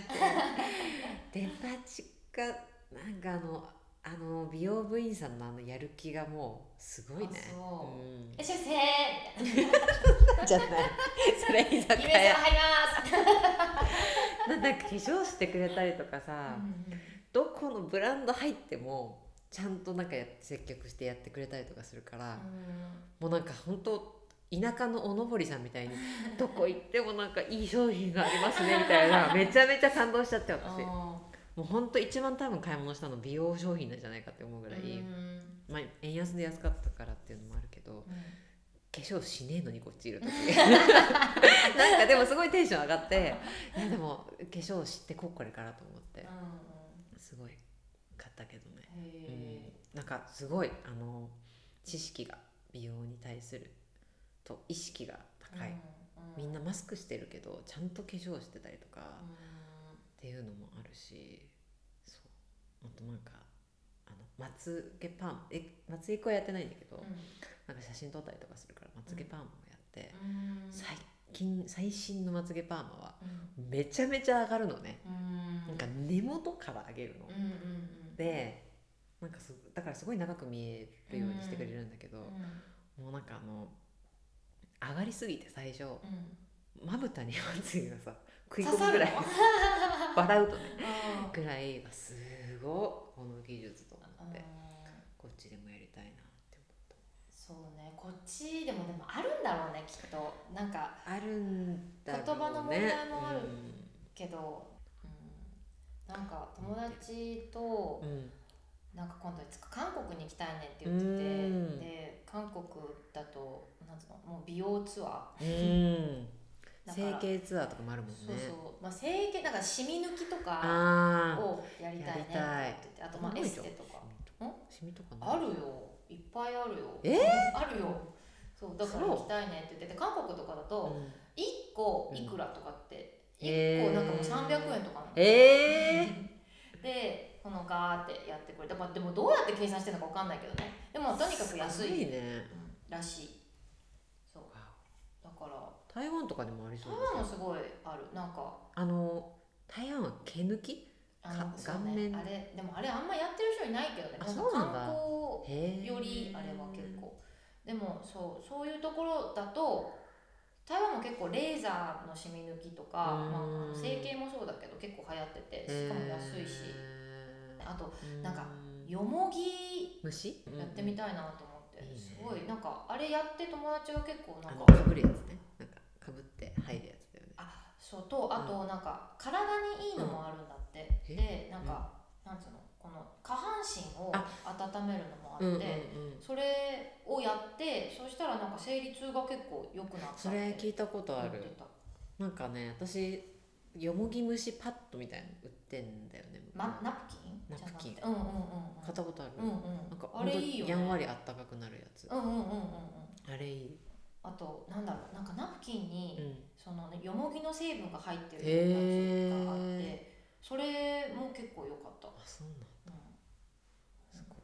Speaker 1: てデパ地下なんかあのあの美容部員さんのあのやる気がもうすごいね
Speaker 2: あそうんいらっしゃいませーみたいな
Speaker 1: じゃない それ居酒
Speaker 2: 姫様
Speaker 1: 屋
Speaker 2: 入ります
Speaker 1: なんか化粧してくれたりとかさ、どこのブランド入ってもちゃんとなんかや接客してやってくれたりとかするから、もうなんか本当田舎のおのぼりさんみた いにどこ行ってもなんかいい商品がありますねみたい なめちゃめちゃ感動しちゃって私もう本当一番多分買い物したの美容商品なんじゃないかって思うぐらい、まあ、円安で安かったからっていうのもあるけど、化粧しねえのにこっちい る時なんかでもすごいテンション上がっていやでも化粧してこうこれからと思ってすごい買ったけどね、うん、なんかすごいあの知識が美容に対すると意識が高い、みんなマスクしてるけどちゃんと化粧してたりとかっていうのもあるしそうあとなんかあのまつげパーマえまつげ粉はやってないんだけど、なんか写真撮ったりとかするからまつげパーマをやって。最近最新のまつげパーマはめちゃめちゃ上がるのねなんか根元から上げるの、でなんかすだからすごい長く見えるようにしてくれるんだけど、もうなんかあの上がりすぎて最初まぶたにまつげが さ食い込むぐらい 笑うとねぐらいすごいこの技術と思ってこっちでもやりたいなって思っ
Speaker 2: そうねこっちでもでもあるんだろうねきっとなんか
Speaker 1: たあるんだろうね
Speaker 2: 言葉の問題もある
Speaker 1: うん
Speaker 2: けど、うん、なんか友達と、
Speaker 1: うん
Speaker 2: なんか今度いつか韓国に行きたいねって言ってて、
Speaker 1: うん
Speaker 2: で韓国だとなんつうのもう美容ツア
Speaker 1: うん
Speaker 2: ーだから
Speaker 1: 整形ツアーとかもあるもんね
Speaker 2: そうそう、まあ、整形なんかシミ抜きとか
Speaker 1: ああ
Speaker 2: をやりたいねって言っててあとまあエステとか
Speaker 1: シミとか
Speaker 2: あるよいっぱいあるよ
Speaker 1: え
Speaker 2: あるよそうだから
Speaker 1: そ
Speaker 2: 行
Speaker 1: う
Speaker 2: きたいねって言ってて韓国とかだと
Speaker 1: うん
Speaker 2: 1個いくらとかって、
Speaker 1: うん
Speaker 2: 1
Speaker 1: へ
Speaker 2: 個
Speaker 1: ー
Speaker 2: なんかもう300円とかなの、
Speaker 1: ええ
Speaker 2: でこのガーってやってくれて、まあ、でもどうやって計算してるのかわかんないけどねでもとにかく安い
Speaker 1: ね
Speaker 2: らしいそうだから
Speaker 1: 台湾とかでもありそ
Speaker 2: 台
Speaker 1: う
Speaker 2: 湾
Speaker 1: だ
Speaker 2: も
Speaker 1: ね
Speaker 2: すごいあるなんか
Speaker 1: あの台湾は毛抜き
Speaker 2: あの
Speaker 1: か
Speaker 2: そう
Speaker 1: 顔面
Speaker 2: ねあれでもあれあんまやってる人いないけどね
Speaker 1: あ
Speaker 2: なんか
Speaker 1: そうなんだ
Speaker 2: 観
Speaker 1: へえ
Speaker 2: 光よりあれは結構でもそうそういうところだと台湾も結構レーザーのシミ抜きとか、ま
Speaker 1: うん
Speaker 2: ああの、整形もそうだけど結構流行っててしかも安いしあとなんかよもぎ
Speaker 1: 虫
Speaker 2: やってみたいなと思って、
Speaker 1: うんいいね
Speaker 2: すごいなんかあれやって友達が結構な
Speaker 1: あ
Speaker 2: ん
Speaker 1: の
Speaker 2: か
Speaker 1: かぶるやつねなんかかぶって入るやつだよね
Speaker 2: あそうとあとなんか体にいいのもあるんだって、
Speaker 1: うん
Speaker 2: でなんか、なんつうのこの下半身を
Speaker 1: あ
Speaker 2: 温めるのもあって、
Speaker 1: うんうんうん
Speaker 2: それをやってそしたらなんか生理痛が結構良くなった
Speaker 1: それ聞
Speaker 2: い
Speaker 1: いたことある
Speaker 2: た
Speaker 1: なんかね私よもぎ虫パッドみたいなの売ってんだよね
Speaker 2: ま、ナプキン
Speaker 1: ナプキン
Speaker 2: じゃなくてうんうん
Speaker 1: 買ったことある
Speaker 2: うんうんうんうん
Speaker 1: なんか
Speaker 2: あれいいよ、ね、
Speaker 1: やんわりあったかくなるやつ
Speaker 2: うんうんうんうんうん
Speaker 1: あれいい
Speaker 2: あとなんだろうなんかナプキンに、
Speaker 1: うん
Speaker 2: そのねよもぎの成分が入ってる
Speaker 1: へ
Speaker 2: や
Speaker 1: ー
Speaker 2: つがあってそれも結構良かった、
Speaker 1: あそうなんだ
Speaker 2: う
Speaker 1: すごい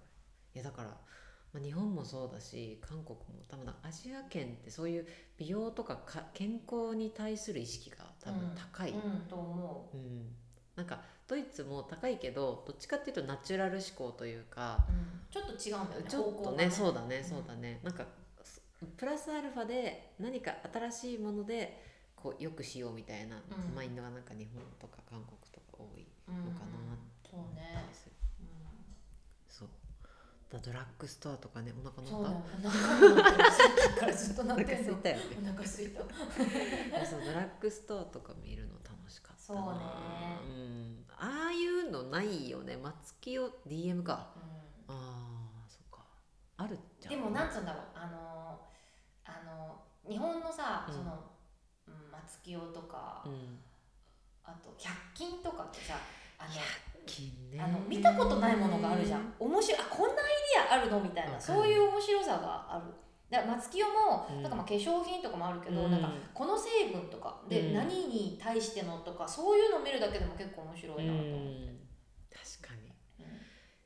Speaker 1: いやだから、まあ、日本もそうだし韓国も多分なんかアジア圏ってそういう美容とかか健康に対する意識が多分高い、
Speaker 2: んうん、と思
Speaker 1: うんなんかドイツも高いけどどっちかっていうとナチュラル思考というか
Speaker 2: う、うん、ちょっと違うんだよね
Speaker 1: ちょっと
Speaker 2: 方向
Speaker 1: ね
Speaker 2: が
Speaker 1: そうだねそうだね、なんかそプラスアルファで何か新しいものでこうよくしようみたいな、
Speaker 2: うん
Speaker 1: マインドがなんか日本とか韓国とか多い
Speaker 2: うん
Speaker 1: のかなって
Speaker 2: そうね
Speaker 1: たりするそうだドラッグストアとかねお腹
Speaker 2: うん
Speaker 1: の
Speaker 2: そうだ
Speaker 1: 中
Speaker 2: よお腹も鳴ってるさっきからずっと
Speaker 1: お
Speaker 2: なっ
Speaker 1: 腹
Speaker 2: てん
Speaker 1: 空い
Speaker 2: の
Speaker 1: たよね
Speaker 2: お腹空いた
Speaker 1: そうドラッグストアとか見るの楽しかったな
Speaker 2: そうね
Speaker 1: うん、ああいうのないよね松木を DM か
Speaker 2: う
Speaker 1: ああそっかあるじ
Speaker 2: ん
Speaker 1: ゃん
Speaker 2: でもなんつうんだろうあのあの日本のさ、
Speaker 1: うん
Speaker 2: そのうん松清とか、
Speaker 1: うん
Speaker 2: あと百均とかってさあの
Speaker 1: 金ね
Speaker 2: あの見たことないものがあるじゃん面白いあこんなアイディアあるのみたい
Speaker 1: わか
Speaker 2: な
Speaker 1: る
Speaker 2: そういう面白さがあるだから松清も、
Speaker 1: うん
Speaker 2: なんかまあ化粧品とかもあるけど、
Speaker 1: うん
Speaker 2: なんかこの成分とかで、
Speaker 1: うん
Speaker 2: 何に対してのとかそういうの見るだけでも結構面白
Speaker 1: う
Speaker 2: いなと思って、
Speaker 1: ん確かに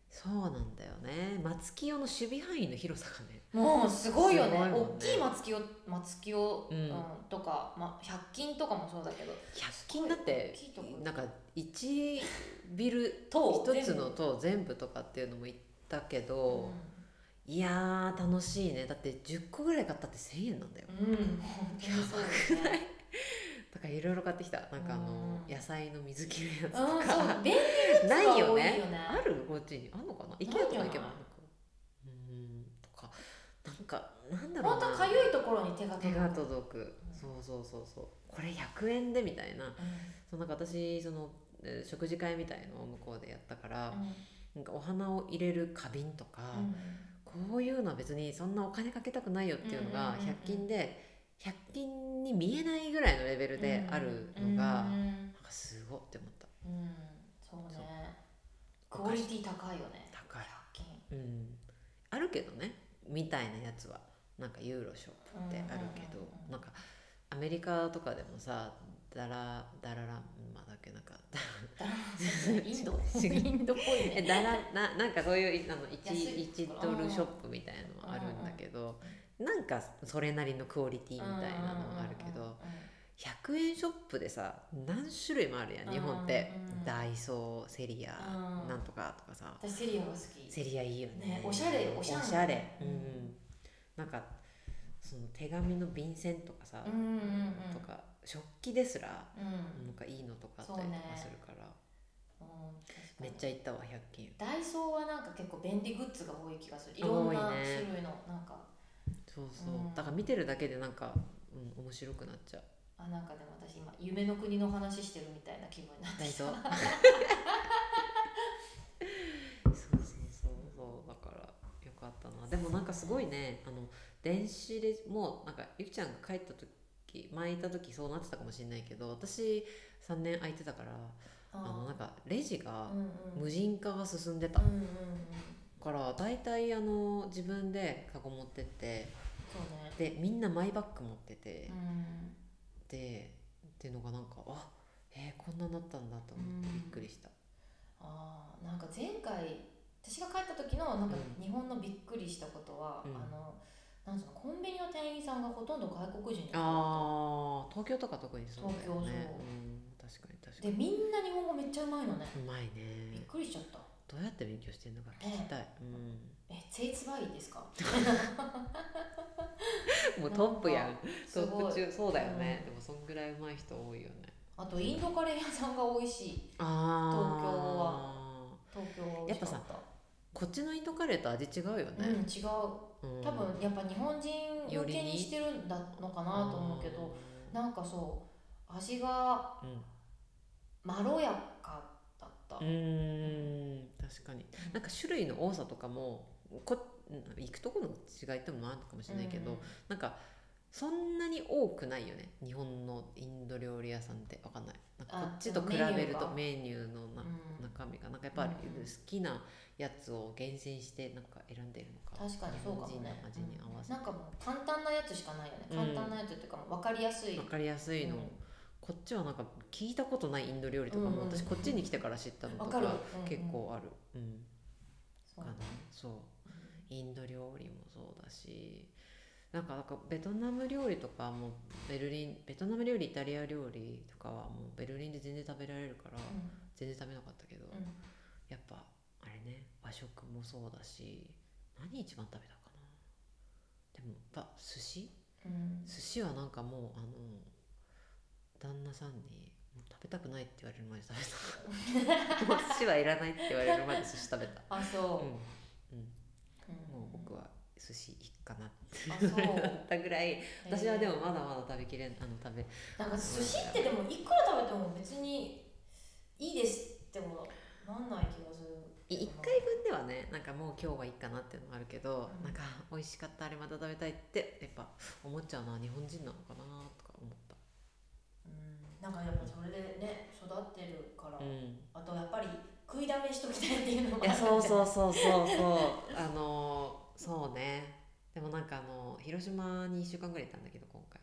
Speaker 1: そうなんだよね松木用の守備範囲の広さがね
Speaker 2: うんもうすごいよね
Speaker 1: すごいもんね
Speaker 2: 大きい松清松清、う
Speaker 1: うん
Speaker 2: んとか、まあ、100均とかもそうだけど
Speaker 1: 100均だって
Speaker 2: 大きいとこ
Speaker 1: なんか1ビル
Speaker 2: 塔
Speaker 1: 1つの塔全部とかっていうのも言ったけど、いやー楽しいねだって10個ぐらい買ったって1,000円なんだよ
Speaker 2: うん、うん、本当にそうだよね
Speaker 1: だからいろいろ買ってきたなんかあの
Speaker 2: うん
Speaker 1: 野菜の水切るやつ
Speaker 2: うん
Speaker 1: と
Speaker 2: そ
Speaker 1: か
Speaker 2: う便利グッズが多
Speaker 1: ない
Speaker 2: いよね
Speaker 1: よねあるこっちにあんのかな IKEA とか行けばあるのかうんとかなんかなんだろう
Speaker 2: 本
Speaker 1: な
Speaker 2: 当かゆいところに手が
Speaker 1: 手
Speaker 2: 届く
Speaker 1: が届く、そうそうそうそうこれ100円でみたいな
Speaker 2: う
Speaker 1: そうなんか私そのえー食事会みたいのを向こうでやったから、
Speaker 2: んうん
Speaker 1: なんかお花を入れる花瓶とか、
Speaker 2: う
Speaker 1: こういうのは別にそんなお金かけたくないよっていうのが
Speaker 2: うんうんうんうん
Speaker 1: 100均で100均に見えないぐらいのレベル
Speaker 2: ん
Speaker 1: であるの
Speaker 2: う
Speaker 1: が
Speaker 2: ん
Speaker 1: なんかすごいって思った
Speaker 2: うんうんそうねク
Speaker 1: そう
Speaker 2: オリティ高いよね
Speaker 1: 高い
Speaker 2: 100均
Speaker 1: うんあるけどねみたいなやつはなんかユーロショップってあるけど、
Speaker 2: うんうんうんうん
Speaker 1: なんかアメリカとかでもさダラダラランマだっけなんか
Speaker 2: インド
Speaker 1: 違う
Speaker 2: インドっぽい
Speaker 1: え
Speaker 2: ね
Speaker 1: だらななんかそういうあの 1,
Speaker 2: 安い
Speaker 1: 1ドルショップみたいのはあるんだけど、なんかそれなりのクオリティみたいなのはあるけど、100円ショップでさ何種類もあるやん日本って、
Speaker 2: うんうん
Speaker 1: ダイソーセリア、
Speaker 2: うん
Speaker 1: なんとかとかさ
Speaker 2: 私セリアが好き
Speaker 1: セリアいいよね
Speaker 2: ねおしゃれおしゃれ
Speaker 1: おしゃれう
Speaker 2: うん
Speaker 1: ん、なんかその手紙の便箋とかさ、
Speaker 2: うんうんうん
Speaker 1: とか食器ですら
Speaker 2: うん
Speaker 1: なんかいいのとかあったりとかするか
Speaker 2: う
Speaker 1: ら、
Speaker 2: ん確か
Speaker 1: めっ
Speaker 2: に
Speaker 1: ちゃ行ったわ100均
Speaker 2: ダイソーはなんか結構便利グッズが多い気がするいろんな
Speaker 1: 多いね
Speaker 2: 種類のなんか
Speaker 1: そうそう、
Speaker 2: うん
Speaker 1: だから見てるだけでなんか、うん、面白くなっちゃう
Speaker 2: あなんかでも私今夢の国の話してるみたいな気分になって
Speaker 1: 大
Speaker 2: きた
Speaker 1: 丈夫そうそうそうそうだからよかったなでもなんかすごいねあの電子レジもうなんかゆきちゃんが帰った時前いた時そうなってたかもしれないけど私3年空いてたからあのなんかレジが
Speaker 2: うんうん
Speaker 1: 無人化が進んでた
Speaker 2: うんうんうん
Speaker 1: から大体あの自分でカゴ持ってって
Speaker 2: そうね
Speaker 1: でみんなマイバッグ持ってて
Speaker 2: うん
Speaker 1: でっていうのがなんかあえーこんなになったんだと思ってびっくりした。
Speaker 2: あーなんか前回私が帰った時のなんか
Speaker 1: う
Speaker 2: 日本のびっくりしたことは、
Speaker 1: うん
Speaker 2: あのなんつうのコンビニの店員さんがほとんど外国人の
Speaker 1: ああ東京とか特にそうだ
Speaker 2: 東
Speaker 1: よね
Speaker 2: 京そう
Speaker 1: うん、確かに確か
Speaker 2: 人で
Speaker 1: に
Speaker 2: みんな日本語めっちゃうまいのね
Speaker 1: うまい
Speaker 2: びっ
Speaker 1: ね
Speaker 2: くりしちゃった
Speaker 1: どうやって勉強してんのか聞きたい、
Speaker 2: え精一倍ですか
Speaker 1: うん、もうトップやんト
Speaker 2: す
Speaker 1: ッ
Speaker 2: ご
Speaker 1: プ
Speaker 2: い
Speaker 1: 中 そうだよね、でもそんぐらいうまい人多いよね
Speaker 2: あとインドカレー屋さんが美味しい
Speaker 1: ああ
Speaker 2: 東京は美味しかった
Speaker 1: こっちのインドカレーと味違うよ
Speaker 2: うん違
Speaker 1: ね、
Speaker 2: う多
Speaker 1: うん
Speaker 2: 分やっぱ日本人向けにしてるんだのかなと思うけどなんかそう味がまろやかだった
Speaker 1: うん、うん、確かになんか種類の多さとかもこ行くとこの違いってのもあるかもしれないけど、
Speaker 2: うん
Speaker 1: なんかそんなに多くないよね日本のインド料理屋さんってわかんないなんかこ
Speaker 2: あ
Speaker 1: っちと比べるとメニューのな
Speaker 2: うん
Speaker 1: 中中身がなんかやっぱり好きなやつを厳選してなんか選んでるのか
Speaker 2: 確かにそうかもね
Speaker 1: 日本人の味に合わせて
Speaker 2: なんかもう簡単なやつしかないよね
Speaker 1: うん
Speaker 2: 簡単なやつっていうかもう分かりやすい、
Speaker 1: わかりやすいの、
Speaker 2: うん
Speaker 1: こっちはなんか聞いたことないインド料理とか
Speaker 2: うん
Speaker 1: も
Speaker 2: うん
Speaker 1: 私こっちに来てから知ったのと
Speaker 2: わか
Speaker 1: か
Speaker 2: る
Speaker 1: 結構ある、うん
Speaker 2: そう
Speaker 1: かなそうインド料理もそうだしなんかなんかベトナム料理とかもベルリンベトナム料理イタリア料理とかはもうベルリンで全然食べられるから
Speaker 2: う
Speaker 1: 全然食べなかったけど、
Speaker 2: んうん
Speaker 1: やっぱあれね和食もそうだし何一番食べたかなでもやっぱ寿司
Speaker 2: うん
Speaker 1: 寿司はなんかもうあの旦那さんに「もう食べたくない」って言われるまで食べた もう寿司はいらないって言われるまで寿司食べ た
Speaker 2: あそうう、
Speaker 1: ん、
Speaker 2: う
Speaker 1: うん、
Speaker 2: ん
Speaker 1: もう僕は寿司いっかなって
Speaker 2: あそう
Speaker 1: 言ったぐらい 私はでもまだ
Speaker 2: え
Speaker 1: まだ食べきれんあの食べ
Speaker 2: ーなんか寿司ってでもいくら食べても別にいいですってもなんない気がする
Speaker 1: 1回分ではねなんかもう今日はいいかなっていうのがあるけど、
Speaker 2: うん
Speaker 1: なんか美味しかったあれまた食べたいってやっぱ思っちゃうのは日本人なのかなとか思っ
Speaker 2: うんなんかやっぱそれでね育ってるから、
Speaker 1: た、 うん
Speaker 2: あとやっぱり食いだめしときたいっていうのも
Speaker 1: い
Speaker 2: あ
Speaker 1: や
Speaker 2: る
Speaker 1: そう
Speaker 2: う
Speaker 1: そうそうそうそうあのそうねでもなんかあの広島に1週間ぐらいいたんだけど今回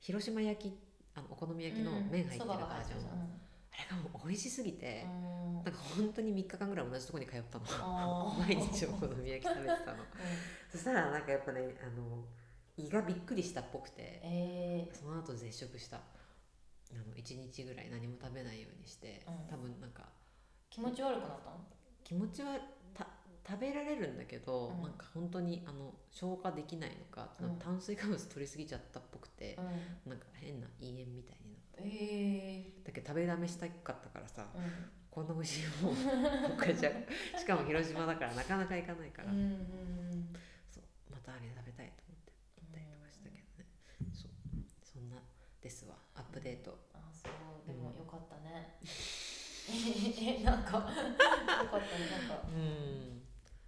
Speaker 1: 広島焼きあのお好み焼きの麺入ってるバージョン、あれがもう美味しすぎて、
Speaker 2: ン
Speaker 1: なんか本当に3日間ぐらい同じとこに通ったの
Speaker 2: あー
Speaker 1: 毎日お好み焼き食べてたの そしたらなんかやっぱねあの胃がびっくりしたっぽくて
Speaker 2: え
Speaker 1: その後絶食したあの1日ぐらい何も食べないようにして、
Speaker 2: うん
Speaker 1: 多分なんか
Speaker 2: ー、気持ち悪くなったの
Speaker 1: 気持ちはた食べられるんだけど、
Speaker 2: うん
Speaker 1: なんか本当にあの消化できないのか,、
Speaker 2: うん
Speaker 1: 炭水化物取りすぎちゃったっぽくて
Speaker 2: う、ん
Speaker 1: なんか変な胃炎みたいになった
Speaker 2: え
Speaker 1: だけど食べだめしたかったからさ、
Speaker 2: ーう
Speaker 1: こんな美味しいもん もう一回じゃしかも広島だからなかなか行かないから、
Speaker 2: んうんうん
Speaker 1: そうまたあれ食べたいと思って行ったりとかしたけどね、そうそんなですわアップデート、
Speaker 2: あそうでもよかったねえなんかよかったねなんか
Speaker 1: う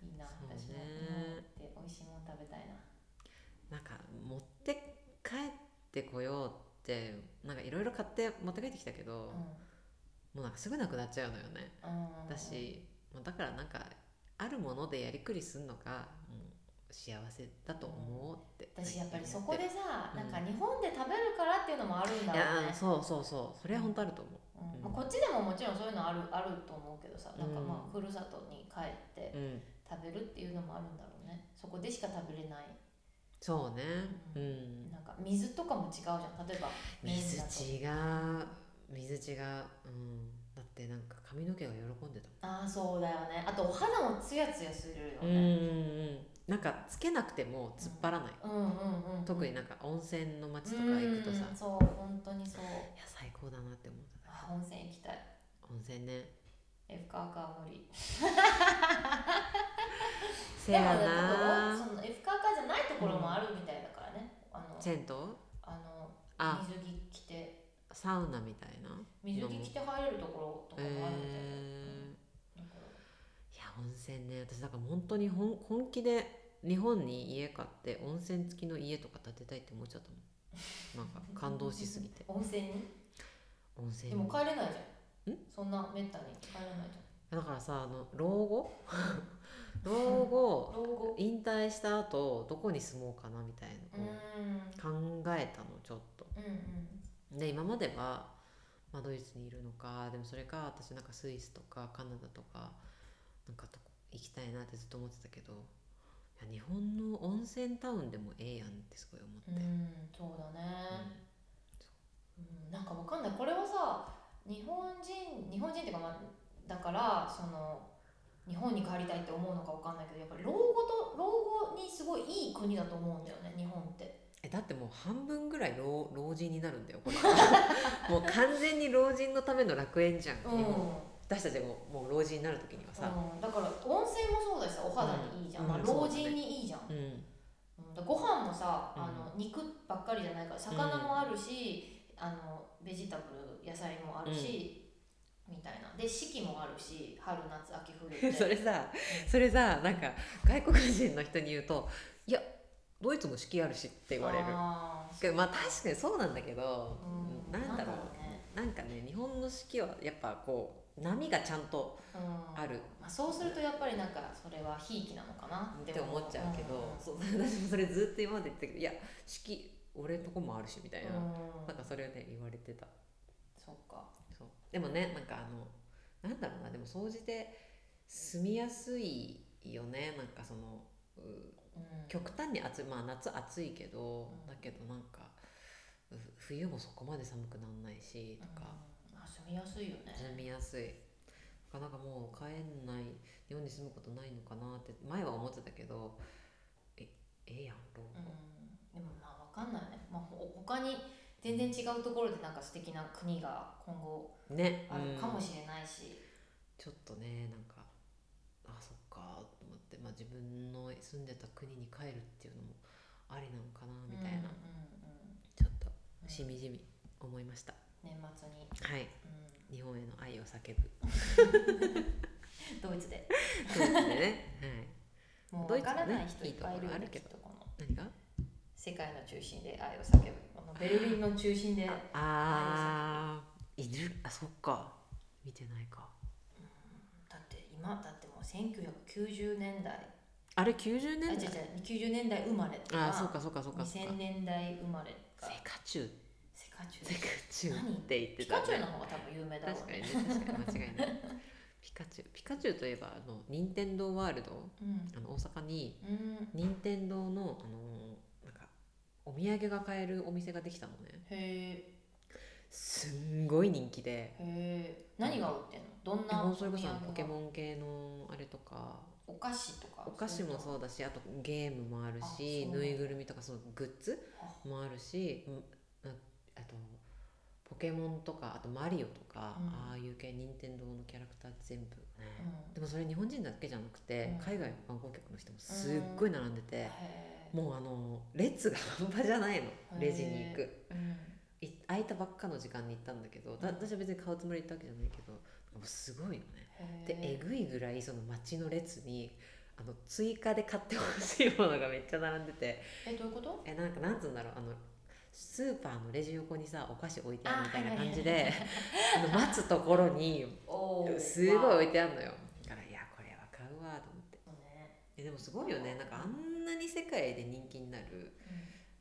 Speaker 1: ん
Speaker 2: いいな
Speaker 1: そうね
Speaker 2: 私も今って美味しいもん食べたいな
Speaker 1: なんか持って帰ってこようってなんかいろいろ買って持って帰ってきたけど、
Speaker 2: う
Speaker 1: もうなんかすぐなくなっちゃうのよね、
Speaker 2: んうん
Speaker 1: だし、まあ、だからなんかあるものでやりくりするのが、うん、幸せだと思うって
Speaker 2: 私やっぱりそ
Speaker 1: 最近
Speaker 2: こ
Speaker 1: 思て
Speaker 2: でさ、
Speaker 1: うん
Speaker 2: なんか日本で食べるからっていうのもあるんだ
Speaker 1: い
Speaker 2: ろうね
Speaker 1: やーそうそうそうそれは本当あると思
Speaker 2: う
Speaker 1: うん
Speaker 2: んまあ、こっちでももちろんそういうのあるあると思うけどさなんかまあふるさとに帰って
Speaker 1: う、うん、
Speaker 2: 食べるっていうのもあるんだろうねそこでしか食べれない
Speaker 1: そうね
Speaker 2: う
Speaker 1: うんん、
Speaker 2: なんか水とかも違うじゃん例えば
Speaker 1: 水
Speaker 2: だと
Speaker 1: 違う水違う、うん、だってなんか髪の毛が喜んでた
Speaker 2: ああそうだよねあとお肌もツヤツヤするよ
Speaker 1: もん、うん
Speaker 2: ね、
Speaker 1: うん、なんかつけなくても突っ張らない、
Speaker 2: うん、うんうんうん
Speaker 1: 特になんか温泉の町とか行くと
Speaker 2: うん
Speaker 1: さ、いや
Speaker 2: そう本当にそう
Speaker 1: 最高だなって思った
Speaker 2: あ温泉行きたい
Speaker 1: 温泉ね
Speaker 2: え深川は無理
Speaker 1: せや
Speaker 2: でもだ
Speaker 1: な
Speaker 2: けどその F カーカーじゃないところもあるみたいだからね、あの
Speaker 1: 銭湯
Speaker 2: あの
Speaker 1: あ
Speaker 2: 水着着て
Speaker 1: サウナみたいな
Speaker 2: 水着着て入れるところとかもあるみたいだよ
Speaker 1: え
Speaker 2: だから
Speaker 1: ー、いや温泉ね私だから本当に本本気で日本に家買って温泉付きの家とか建てたいって思っちゃったもんなんか感動しすぎて
Speaker 2: 温泉に
Speaker 1: 温泉
Speaker 2: で
Speaker 1: に
Speaker 2: も帰れないじゃん
Speaker 1: ん
Speaker 2: そんなめったに帰れないじ
Speaker 1: だからさあの老後 老後
Speaker 2: ゃん老後
Speaker 1: 引退した後どこに住もうかなみたいうなのを
Speaker 2: ーん
Speaker 1: 考えたのちょっと
Speaker 2: うんうん
Speaker 1: で今までは、まあ、ドイツにいるのかでもそれか私なんかスイスとかカナダとかなんかとこ行きたいなってずっと思ってたけどいや日本の温泉タウンでもええやんってすごい思って、
Speaker 2: う
Speaker 1: うん
Speaker 2: んそうだね、うん、なんかわかんないこれはさ日本人日本人っていうかまあだからその日本に帰りたいって思うのかわかんないけどやっぱり老後と老後にすごいいい国だと思うんだよね日本って
Speaker 1: えだってもう半分ぐらい老老人になるんだよこれ もう完全に老人のための楽園じゃん、
Speaker 2: うん、う
Speaker 1: 日
Speaker 2: ん、
Speaker 1: 本私たちがもうもう老人になる時にはさ、
Speaker 2: だから温泉もそうだしさお肌にいいじゃん、
Speaker 1: うん
Speaker 2: まあ、
Speaker 1: うん
Speaker 2: 老人にいいじゃん、
Speaker 1: うん
Speaker 2: うんだからご飯もさ、
Speaker 1: うん
Speaker 2: あの肉ばっかりじゃないから魚もあるし、あのベジタブル野菜もあるし、みたいなで四季もあるし春夏秋冬
Speaker 1: そ
Speaker 2: って
Speaker 1: れさそれさなんか外国人の人に言うと「いやドイツも四季あるし」って言われる
Speaker 2: あー
Speaker 1: けどまあ確かにそうなんだけど、
Speaker 2: うん
Speaker 1: なん
Speaker 2: なんだ
Speaker 1: だろ
Speaker 2: ろうね
Speaker 1: うなんかね日本の式はやっぱこう波がちゃんと
Speaker 2: うん
Speaker 1: ある
Speaker 2: まあ、そうするとやっぱりなんかそれはひいきなのかな
Speaker 1: って思っちゃうけど、
Speaker 2: う
Speaker 1: そう私もそれずっと今まで言ってたけどいや式俺のとこもあるしみたい
Speaker 2: ん
Speaker 1: な、
Speaker 2: うん
Speaker 1: なんかそれをね言われてた
Speaker 2: そっか
Speaker 1: そうでもねなんかあのなんだろうなでも総じて住みやすいよねなんかそのう
Speaker 2: うん
Speaker 1: 極端に暑いまあ夏暑いけど、
Speaker 2: うん
Speaker 1: だけどなんかう冬もそこまで寒くなんないしとか、
Speaker 2: うんまあ、住みやすいよね
Speaker 1: 住みやすいなかなかもう帰んない日本に住むことないのかなって前は思ってたけどえええやん老後、
Speaker 2: うんでもまあわかんないね、まあ、ほ他に全然違うところでなんか素敵な国が今後
Speaker 1: ね
Speaker 2: あるか
Speaker 1: う
Speaker 2: も
Speaker 1: ん
Speaker 2: しれないし、
Speaker 1: ちょっとねなんかあそっかと思って、まあ、自分の住んでた国に帰るっていうのもありなのかなみた
Speaker 2: う
Speaker 1: いな、
Speaker 2: んうんうん
Speaker 1: ちょっと
Speaker 2: うん
Speaker 1: しみじみ思いました、
Speaker 2: 年末に、
Speaker 1: はい
Speaker 2: うん、
Speaker 1: 日本への愛を叫ぶ
Speaker 2: ドイツで
Speaker 1: そうです ね、はい、
Speaker 2: もう
Speaker 1: ドイ
Speaker 2: わ
Speaker 1: ツは
Speaker 2: か
Speaker 1: ね
Speaker 2: らない人いっぱいいるよ
Speaker 1: いいところある
Speaker 2: ね
Speaker 1: け
Speaker 2: き
Speaker 1: ど
Speaker 2: っとこの
Speaker 1: 何が
Speaker 2: 世界の中心で愛を叫ぶこのベルリンの中心で
Speaker 1: あーいるあそっか見てないか
Speaker 2: だって今だってもう1990年代
Speaker 1: あれ90
Speaker 2: あ違う
Speaker 1: 年
Speaker 2: 違
Speaker 1: 代
Speaker 2: う90年代生まれと
Speaker 1: ああそうかそうかそうかそうか
Speaker 2: 2000年代生まれ
Speaker 1: セ
Speaker 2: が
Speaker 1: カチュウ
Speaker 2: 世界中
Speaker 1: セカチュウって言って
Speaker 2: ピ
Speaker 1: た、
Speaker 2: カチュウの方が多分有名だろ
Speaker 1: 確
Speaker 2: う
Speaker 1: かに
Speaker 2: ね
Speaker 1: ね確かに間違いないピカチュウピカチュウといえばあの任天堂ワールド
Speaker 2: うん
Speaker 1: あの大阪に
Speaker 2: うん
Speaker 1: 任天堂のあのなんかお土産が買えるお店ができたのね
Speaker 2: へえ
Speaker 1: すんごい人気で
Speaker 2: へえ何が売ってんのどん
Speaker 1: で
Speaker 2: な
Speaker 1: もそれこそ
Speaker 2: お土産が
Speaker 1: ポケモン系のあれとか
Speaker 2: お菓子とか
Speaker 1: お菓子も
Speaker 2: う
Speaker 1: そうだしあとゲームもあるし
Speaker 2: あそう
Speaker 1: ぬいぐるみとかそのグッズ
Speaker 2: あ
Speaker 1: もあるしうんああとポケモンとかあとマリオとか、
Speaker 2: うん
Speaker 1: ああいう系任天堂のキャラクター全部、
Speaker 2: うん
Speaker 1: でもそれ日本人だけじゃなくて、
Speaker 2: うん
Speaker 1: 海外の観光客の人もすっごい並んでて、
Speaker 2: へえ
Speaker 1: もうあの列が半端じゃないの
Speaker 2: ー
Speaker 1: レジに行く
Speaker 2: うん
Speaker 1: い空いたばっかの時間に行ったんだけどだ
Speaker 2: うん
Speaker 1: 私は別に買うつもりで行ったわけじゃないけどもうすごいよね
Speaker 2: へ
Speaker 1: でえぐいぐらいその街の列にあの追加で買ってほしいものがめっちゃ並んでて
Speaker 2: えどういうこと
Speaker 1: えなんかなんつうんだろうあのスーパーのレジ横にさお菓子置いてある
Speaker 2: あ
Speaker 1: みたいな
Speaker 2: はいはい
Speaker 1: 感じであの待つところに
Speaker 2: おー
Speaker 1: すごい置い
Speaker 2: まあ
Speaker 1: てあるのよだからいやこれは買うわと思って
Speaker 2: そうね
Speaker 1: えでもすごいよねなんかあんなに世界で人気になる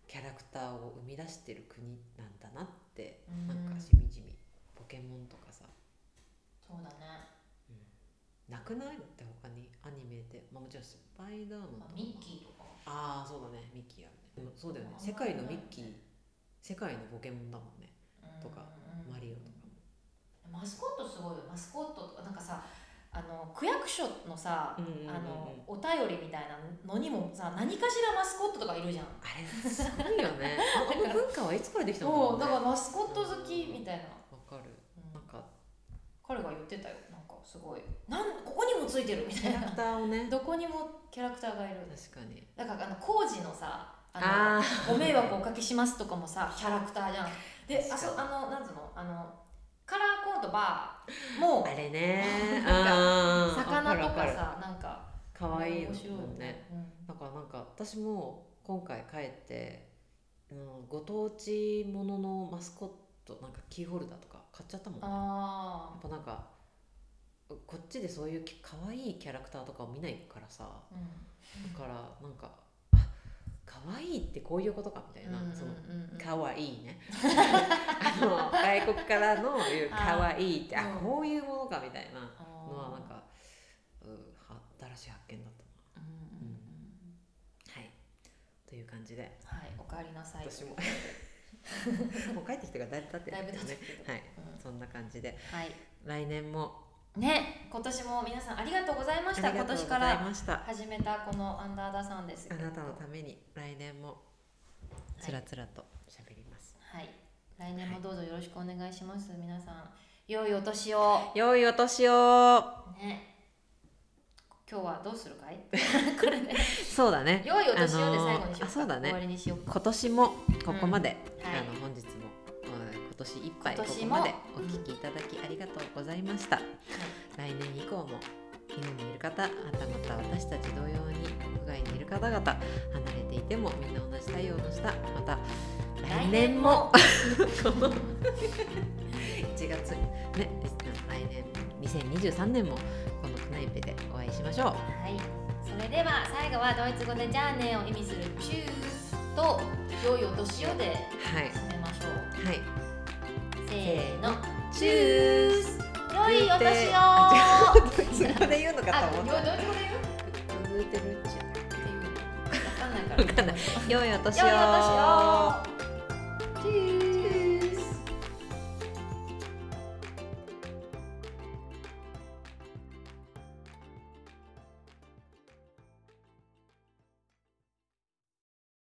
Speaker 1: キャラクターを生み出してる国なんだなって
Speaker 2: うん
Speaker 1: なんかしみじみポケモンとかさ
Speaker 2: そうだね
Speaker 1: なくないって他にアニメで、まあ、もちろんスパイダーマ
Speaker 2: まあ
Speaker 1: ンとか
Speaker 2: ミッキーとか
Speaker 1: ああそうだねミッキーあるねでもそうだよ
Speaker 2: あ
Speaker 1: ね
Speaker 2: んまり
Speaker 1: 世界のミッキー
Speaker 2: ないね
Speaker 1: 世界のポケモンだもんねとか
Speaker 2: うん
Speaker 1: マリオとか
Speaker 2: マスコットすごいよマスコットとかなんかさあの区役所のさ、
Speaker 1: うんうんうんう
Speaker 2: あのお
Speaker 1: ん
Speaker 2: 便りみたいなのにもさ何かしらマスコットとかいるじゃん
Speaker 1: あれすごいよ ねあの文化はいつからできた
Speaker 2: そう
Speaker 1: の
Speaker 2: だ
Speaker 1: か
Speaker 2: から
Speaker 1: なわ
Speaker 2: マスコット好きみたいな、
Speaker 1: かる
Speaker 2: うん
Speaker 1: なんか
Speaker 2: 彼が言ってたよなんかすごいなんここにもついてるみ
Speaker 1: キ
Speaker 2: たい
Speaker 1: ャ ラ
Speaker 2: な
Speaker 1: クターをね
Speaker 2: どこにもキャラクターがいる
Speaker 1: 確かに
Speaker 2: だからあの工事のさあの
Speaker 1: あ
Speaker 2: ご迷惑おかけしますとかもさキャラクターじゃんであ
Speaker 1: 確か
Speaker 2: そ
Speaker 1: に
Speaker 2: あのなんつうのあのカラーコートバーも
Speaker 1: ああれ ね
Speaker 2: なんか
Speaker 1: あー
Speaker 2: 魚とか
Speaker 1: わるわる
Speaker 2: さなんか
Speaker 1: かわいいの
Speaker 2: 面白いよ
Speaker 1: もんね、だからなんか私も今回帰って、うん、ご当地もののマスコットなんかキーホルダーとか買っちゃったも
Speaker 2: う
Speaker 1: ん
Speaker 2: ん、
Speaker 1: ねや
Speaker 2: あ
Speaker 1: っぱなんかこっちでそういう可愛いキャラクターとかを見ないからさ
Speaker 2: あ、うん
Speaker 1: だからなんか「あ可愛いってこういうことか」みたいな、その
Speaker 2: うんうん
Speaker 1: 「可愛 いねあの外国からの言う「
Speaker 2: あー
Speaker 1: 可愛いってあ
Speaker 2: うん
Speaker 1: こういうものかみたいな
Speaker 2: あー
Speaker 1: のはなんか、うん、は新しい発見だった
Speaker 2: うんうんうん
Speaker 1: なはいという感じで
Speaker 2: はいおかえりなさい
Speaker 1: 私ももう帰ってきてからだいぶ経って
Speaker 2: だい
Speaker 1: る
Speaker 2: ぶ
Speaker 1: け
Speaker 2: 経
Speaker 1: ど
Speaker 2: つけ
Speaker 1: ね
Speaker 2: ど、
Speaker 1: はい
Speaker 2: うん
Speaker 1: そんな感じで
Speaker 2: はい
Speaker 1: 来年も
Speaker 2: ね今年も皆さんありがとうございま
Speaker 1: あ
Speaker 2: し
Speaker 1: り
Speaker 2: た
Speaker 1: が
Speaker 2: 今
Speaker 1: とう
Speaker 2: 年
Speaker 1: ご
Speaker 2: か
Speaker 1: ざい
Speaker 2: ら
Speaker 1: ました
Speaker 2: 始めたこのアンダーダさんです
Speaker 1: あ
Speaker 2: けど
Speaker 1: なたのために来年もつらつらと喋ります、
Speaker 2: はい来年もどうぞよろしくお願いします、皆さん良いお年を
Speaker 1: 良いお年を
Speaker 2: ね今日はどうするかい これね
Speaker 1: そうだね
Speaker 2: 良いお年をで最後にしようか、
Speaker 1: あのーあそうだね
Speaker 2: 終わりにしようか
Speaker 1: 今年もここまで、
Speaker 2: うんはい
Speaker 1: あの本日もうん今年いっぱい
Speaker 2: 今
Speaker 1: ここ
Speaker 2: 年も
Speaker 1: までお聞きいただきありがとうございました、来年以降も日本にいる方はたまた私たち同様に国外にいる方々離れていてもみんな同じ対応の下また来年 もこの1月ねリスナー来年2023年もこのクナイペでお会いしましょう
Speaker 2: はい、それでは最後はドイツ語でじゃあねを意味するチュースと良いお年をで
Speaker 1: はい
Speaker 2: 締めましょう。
Speaker 1: はい
Speaker 2: せーの、
Speaker 1: チュ ース
Speaker 2: 良いお年を。
Speaker 1: あ
Speaker 2: あ、
Speaker 1: 違うドイツ語で言うのか
Speaker 2: あ
Speaker 1: と
Speaker 2: よ
Speaker 1: 思
Speaker 2: ドイツ語で
Speaker 1: っ
Speaker 2: 言う
Speaker 1: たグーテルチェわかんないから良いお年を
Speaker 2: 良いお年を。チュース。